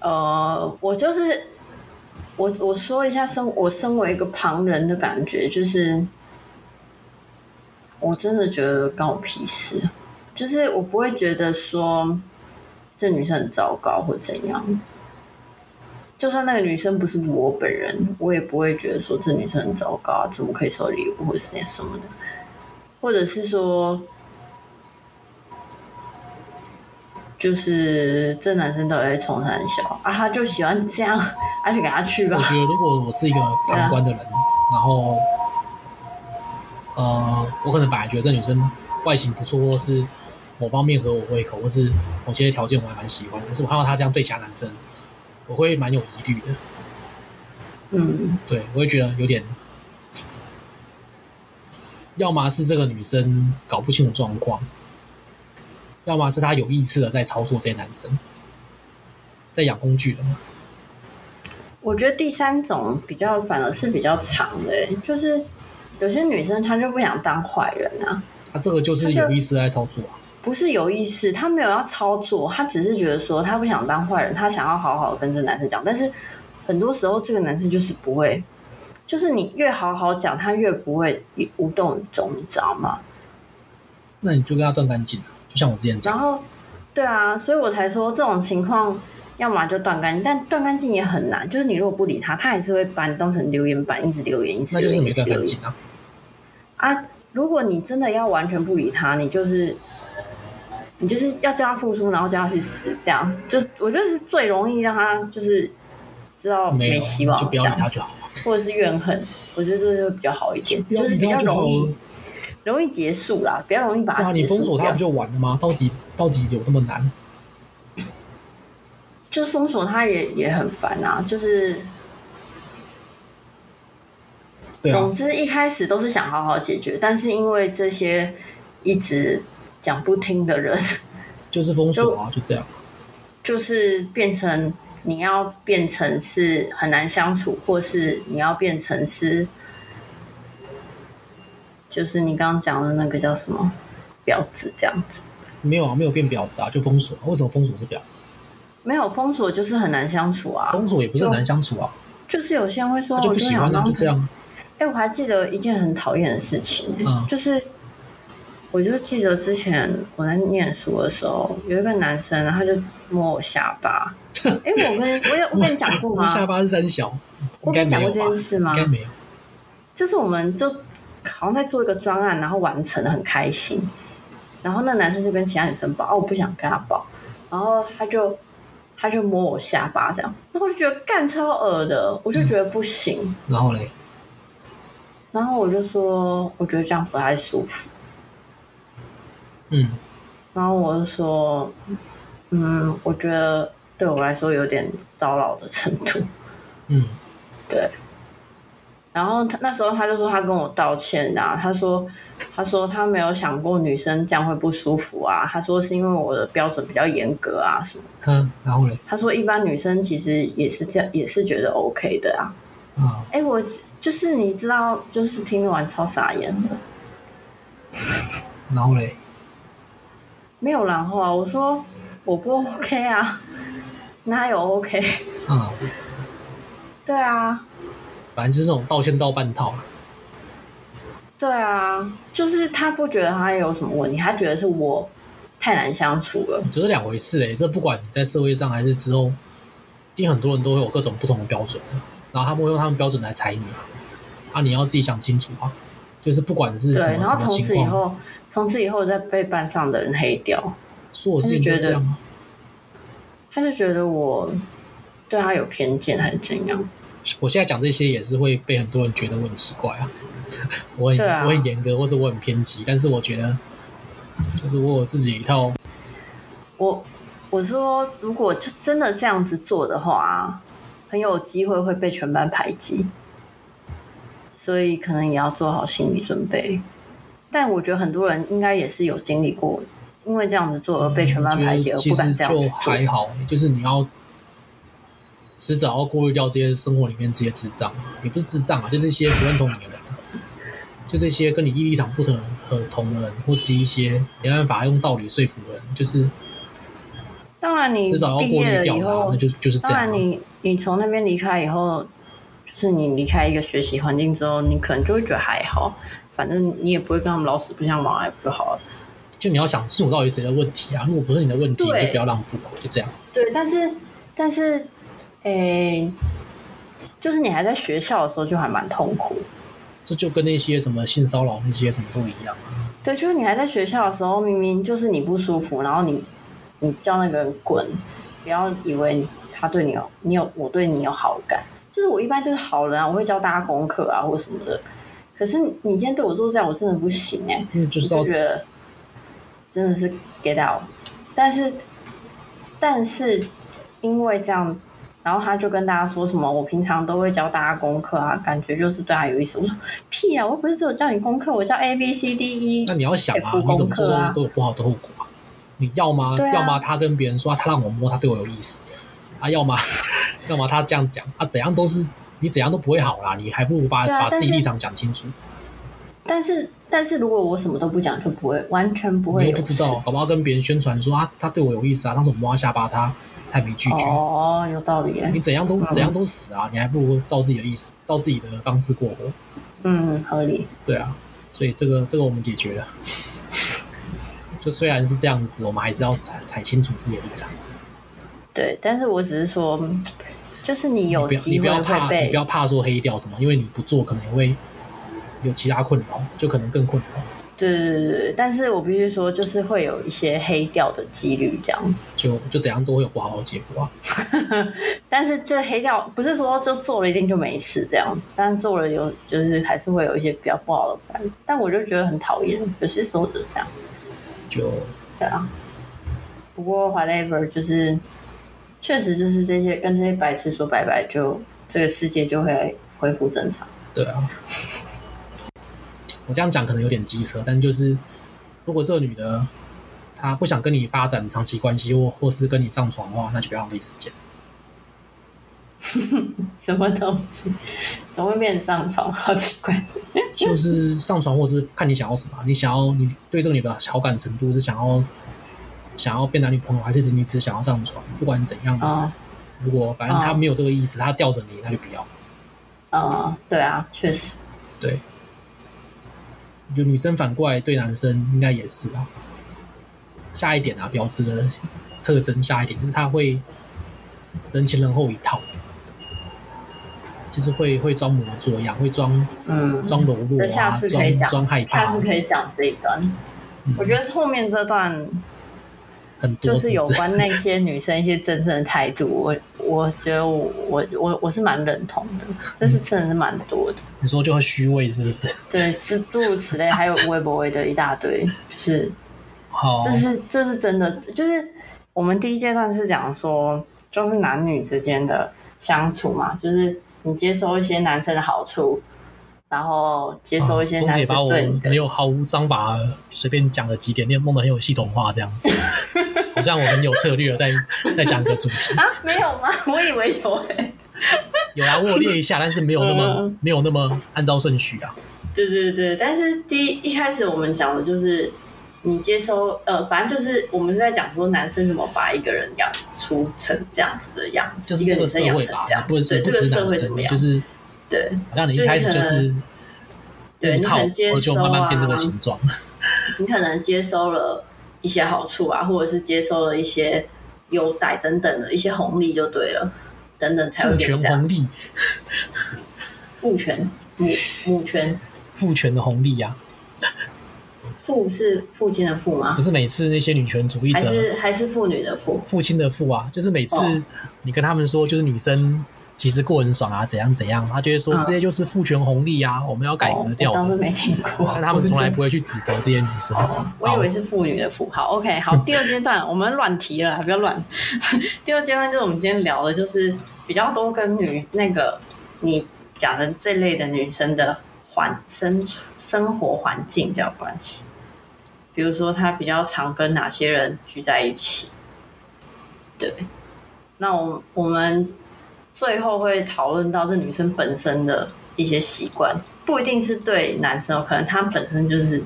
呃，我就是我我说一下身我身为一个旁人的感觉，就是我真的觉得关我屁事，就是我不会觉得说这女生很糟糕或怎样。就算那个女生不是我本人，我也不会觉得说这女生很糟糕啊，怎么可以收礼物或是什么的，或者是说就是这男生到底在冲三小啊？他就喜欢这样，而且给他去吧
我。觉得如果我是一个旁观的人，然后，呃，我可能本来觉得这女生外形不错，或是某方面合我胃口，或是某些条件我还蛮喜欢，但是我看到她这样对其他男生，我会蛮有疑虑的。
嗯，
对，我会觉得有点，要么是这个女生搞不清楚状况，要么是她有意识的在操作这些男生，在养工具人。
我觉得第三种比较反而是比较长的欸、就是有些女生她就不想当坏人啊，
她这个就是有意识地在操作啊。
不是有意识，她没有要操作，她只是觉得说她不想当坏人，她想要好好地跟这男生讲，但是很多时候这个男生就是不会，就是你越好好讲，他越不会无动于衷，你知道吗？
那你就跟他断干净，啊就像我之前
然
讲，
后，对啊，所以我才说这种情况，要么就断干净，但断干净也很难。就是你如果不理他，他还是会把你当成留言板，一直留言，一直
那就
留
是
言，
没
一直
断
留
干
言
净啊。
啊。如果你真的要完全不理他，你就是你就是要叫他付出，然后叫他去死，这样就我觉得是最容易让他就是知道
没有，啊
希望
就不
这
要理他
样子，
就好了。
或者是怨恨，我觉得这就比较好一点，
不要
就是
理
比较
他就好
容易
了。
容易结束啦，比较容易把
是啊，
它
你
结束
封锁他
掉
不就完了吗？到底到底有那么难？
就封锁他也也很烦啊，就是、
对啊
总，之一开始都是想好好解决，但是因为这些一直讲不听的人，
就是封锁啊，就这样。
就是变成你要变成是很难相处，或是你要变成是，就是你刚刚讲的那个叫什么婊子这样子。
没有啊，没有变婊子啊，就封锁、啊。为什么封锁是婊子？
没有封锁就是很难相处啊，
封锁也不是很难相处啊，
就是哦有些人会说，
哦他就
我
不喜欢
想
啊，
当
就这样。
哎、我还记得一件很讨厌的事情、
嗯
就是我就记得之前我在念书的时候，有一个男生，他就摸我下 巴。哎、我跟我有我跟你讲过
我啊下
吗？
巴是三小，应
啊我跟
该
你讲
没
过
有
这
吧
件？事吗
应？该没有。
就是我们就好像在做一个专案，然后完成的很开心。然后那男生就跟其他女生抱，哦，我不想跟他抱。然后他就他就摸我下巴这样，然后我就觉得干超恶的，我就觉得不行。
然后嘞，
然后我就说，我觉得这样不太舒服。
嗯，
然后我就说，嗯，我觉得对我来说有点骚扰的程度，
嗯，
对。然后他那时候他就说他跟我道歉啦、他说他说他没有想过女生这样会不舒服啊，他说是因为我的标准比较严格啊什么，
嗯，然后嘞，
他说一般女生其实也是这样，也是觉得 OK 的啊。
啊，
哎，我就是你知道，就是听完超傻眼的，
然后嘞，
没有然后啊，我说我不 OK 啊，哪有 OK？
啊，
对啊，
反正就是那种道歉到半套啊。
对啊，就是他不觉得他有什么问题，他觉得是我太难相处了。
这是两回事诶、欸，这不管你在社会上还是之后，一定很多人都会有各种不同的标准，然后他们会用他们标准来踩你啊。啊，你要自己想清楚啊。就是不管是
对，
什么
然后
什么
从
情
此以
况，
后，从此以后再被班上的人黑掉，
所有事情都
他就觉得
这样啊。
他是觉得我对他有偏见还是怎样？
我现在讲这些也是会被很多人觉得我很奇怪啊， 我很、
对啊
我很严格，或者我很偏激，但是我觉得就是我有自己一套，
我我说，如果就真的这样子做的话啊，很有机会会被全班排挤，所以可能也要做好心理准备。但我觉得很多人应该也是有经历过，因为这样子做而被全班排挤，而
嗯其
不敢
实
这样
就
子做。
还好，就是你要迟早要过滤掉这些生活里面这些智障，也不是智障啊，就这些不认同你的人，啊就这些跟你立场不同和同的人，或是一些没办法用道理说服的人，就是
当然，你
迟早要
毕
过
业
滤
了
掉
以
的啊、
后
那，就就是这
当
样啊、
然你，你从那边离开以后，就是你离开一个学习环境之后，你可能就会觉得还好，反正你也不会跟他们老死不相往来，不就好了？
就你要想清楚到底谁的问题啊，如果不是你的问题，
对
你就不要让步啊，就这样。
对，但是但是，诶、就是你还在学校的时候就还蛮痛苦的。
这就跟那些什么性骚扰那些什么都一样啊，
对，就是你还在学校的时候，明明就是你不舒服，然后你你叫那个人滚，不要以为他对你有你有我对你有好感。就是我一般就是好人啊，我会教大家功课啊或什么的。可是你你今天对我做这样，我真的不行哎、
那就是要
我就觉得真的是 get out。但是，但是因为这样，然后他就跟大家说什么，我平常都会教大家功课啊，感觉就是对他有意思。我说屁啊，我不是只有教你功课，我教 A B C D E
那。你要想啊
哎，
你怎么做
复工课啊
都都有不好的后果啊。你要吗？
对啊
要么他跟别人说、啊他让我摸，他对我有意思啊；要么 要么他这样讲啊，怎样都是你怎样都不会好啦。你还不如把、
对啊
把自己
但是
立场讲清楚。
但是，但是如果我什么都不讲，就不会完全不会
你
有
又不知
事
道，搞不好跟别人宣传说啊，他对我有意思啊，当时我摸他下巴他，他也没拒绝。
哦，嗯有道理耶
你，怎样都怎样都死啊，你还不如照自己的意思，照自己的方式过活。
嗯，合理。
对啊，所以这个这个我们解决了。 就虽然是这样子，我们还是要踩踩清楚自己的立场。
对，但是我只是说，嗯就是你有
不要你
哦机
不
会
要
会
怕，你
被
不要怕说黑掉什么，因为你不做可能也会有其他困扰，就可能更困扰。
对对对对，对但是我必须说，就是会有一些黑掉的几率这样子。
就就怎样都会有不好的结果啊。
但是这黑掉不是说就做了一定就没事这样子，但做了有就是还是会有一些比较不好的反应。但我就觉得很讨厌，有些时候就这样。
就
对啊，不过 whatever 就是确实就是这些跟这些白痴说拜拜就，这个世界就会恢复正常。
对啊，我这样讲可能有点机车，但就是如果这个女的她不想跟你发展长期关系，或或是跟你上床的话，那就不要浪费时间。
什么东西怎么会变成上床？好奇怪。
就是上床，或是看你想要什么啊。你想要你对这个女的好感程度是想要想要变男女朋友，还是你只想要上床？不管怎样，
啊、
如果反正她
哦
没有这个意思，她吊着你，那就不要。
嗯、啊、对啊，确实。
对，就女生反过来对男生应该也是啊。下一点啊，婊子的特征下一点就是她会人前人后一套，就是会会装模作样，会装
嗯，
装柔弱
这下
啊，
次可以
装
讲
装害，怕
下
啊、
次可以讲这一段。我觉得后面这段
很多
就是是有
不是
关那些女生一些真正的态度，我我觉得我我我我是蛮认同的，这是真的是蛮多的。
你说就会虚伪是不是？
对，诸诸如此类，还有微博微的一大堆，就是
好，
这是这是真的，就是我们第一阶段是讲说，就是男女之间的相处嘛，就是你接收一些男生的好处，然后接收一些
钟
男
姐啊哦把
生
我
对你的
没有毫无章法地随便讲了几点，练弄得很有系统化这样 子，好像我很有策略地在在讲个主题。
啊，没有吗？ 我以为有欸诶、
有啊，我有列一下，但是没有那么
嗯
没有那么按照顺序啊。
对对对，但是第一一开始我们讲的就是你接收，呃，反正就是我们是在讲说男生怎么把一个人养出成这样子的样子，
就是
一
这
个女
个
生
社
养
会
成
吧
这，样，
不是
对
不
这个
止
社
男
会怎么
生，
样？
就是
对
好像你一开始就是
对
一
你
套，
很接
然后就慢慢变这个
受啊
形状。
你可能接收了一些好处啊，或者是接收了一些优待等等的一些红利就对了，等等才
父
会
权
变这样。
红利，
父权，母母权
父权的红利啊呀、
父是父亲的父吗
不？是每次那些女权主义
还
者
是还是妇女的妇？
父亲的父啊，就是每次
哦
你跟他们说，就是女生其实过得很爽啊，怎样怎样，他就会说
嗯
这些就是父权红利啊，我们要改革掉
哦我倒是
的。
没听 过。
但他们从来不会去指责这些女生。
我以为是妇女的符号。OK，好，第二阶段我们乱提了，不要乱。 第二阶段就是我们今天聊的，就是比较多跟女那个你讲的这类的女生的环生生活环境比较有关系。比如说，她比较常跟哪些人聚在一起？对，那我我们最后会讨论到这女生本身的一些习惯，不一定是对男生哦，可能她本身就是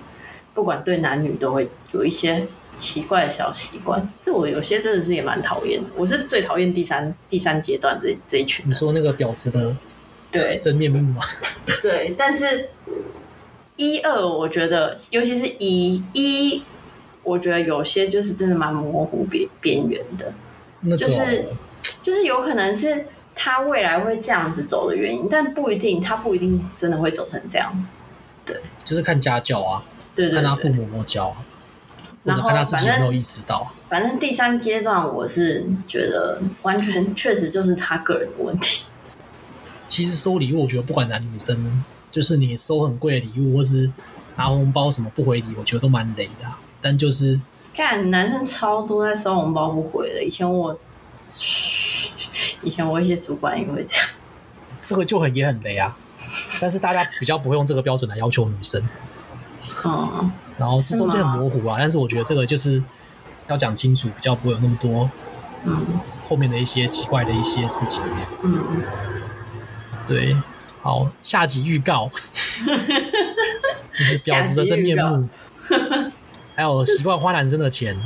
不管对男女都会有一些奇怪的小习惯。这我有些真的是也蛮讨厌的，我是最讨厌第三第三阶段这这一群
你
人。
说那个婊子的
对
真面目嘛？
对，但是一二我觉得，尤其是一一，我觉得有些就是真的蛮模糊边边缘的。
那个
就
哦、
是就是有可能是他未来会这样子走的原因，但不一定，他不一定真的会走成这样子。
就是看家教啊，
对对
看他
对，
父母有没有教啊，或
然
者
后
看他自己有
反
没
正
有意识到啊。
反正第三阶段我是觉得完全确实就是他个人的问题。
其实收礼物，我觉得不管男女生，就是你收很贵的礼物，或是拿红包什么不回礼，我觉得都蛮雷的啊、但就是
看男生超多在收红包不回的，以前我， 以前我一些主管也会这样。
这个就很也很雷啊。但是大家比较不会用这个标准来要求女生，
嗯，
然后这中间
是吗
很模糊啊。但是我觉得这个就是要讲清楚，比较不会有那么多
嗯
后面的一些奇怪的一些事情。
嗯，
对，好，下集预 告，就是婊子的真面
下集
目，还有习惯花男生的钱，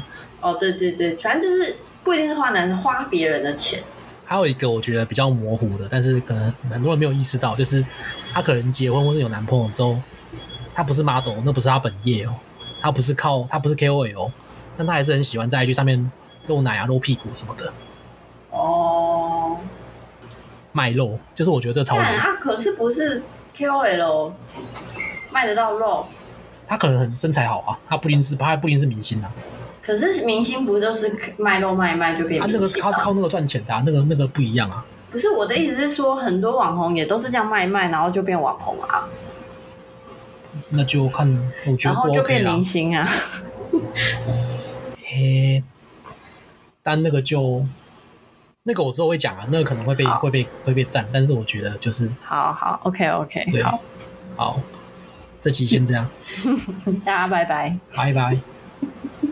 哦，对对对，反正就是不一定是花男生花别人的钱。
还有一个我觉得比较模糊的，但是可能很多人没有意识到，就是她可能结婚或是有男朋友之后，她不是 model，那不是她本业哦，她不是靠她不是 KOL，但她还是很喜欢在 IG 上面露奶啊、露屁股什么的，
哦，
卖肉，就是我觉得这超
但
级，
啊，可是不是 KOL 卖得到肉，
她可能很身材好啊，她不一定是她不一定是明星啊，
可是明星不就是卖肉卖一卖就变
她啊那
明
个
星
她是
了？
靠那个赚钱的、啊，那个那个不一样啊。
不是我的意思是说，很多网红也都是这样卖一卖，然后就变网红啊，
那就看，我觉
然
得不
后就
OK
变
啦
明。星啊。
嘿，但那个就那个我之后会讲啊，那个可能会被
好
会被会被赞，但是我觉得就是
好好，OK OK，
对
好，
好，这期先这样，
大家拜拜。
拜拜。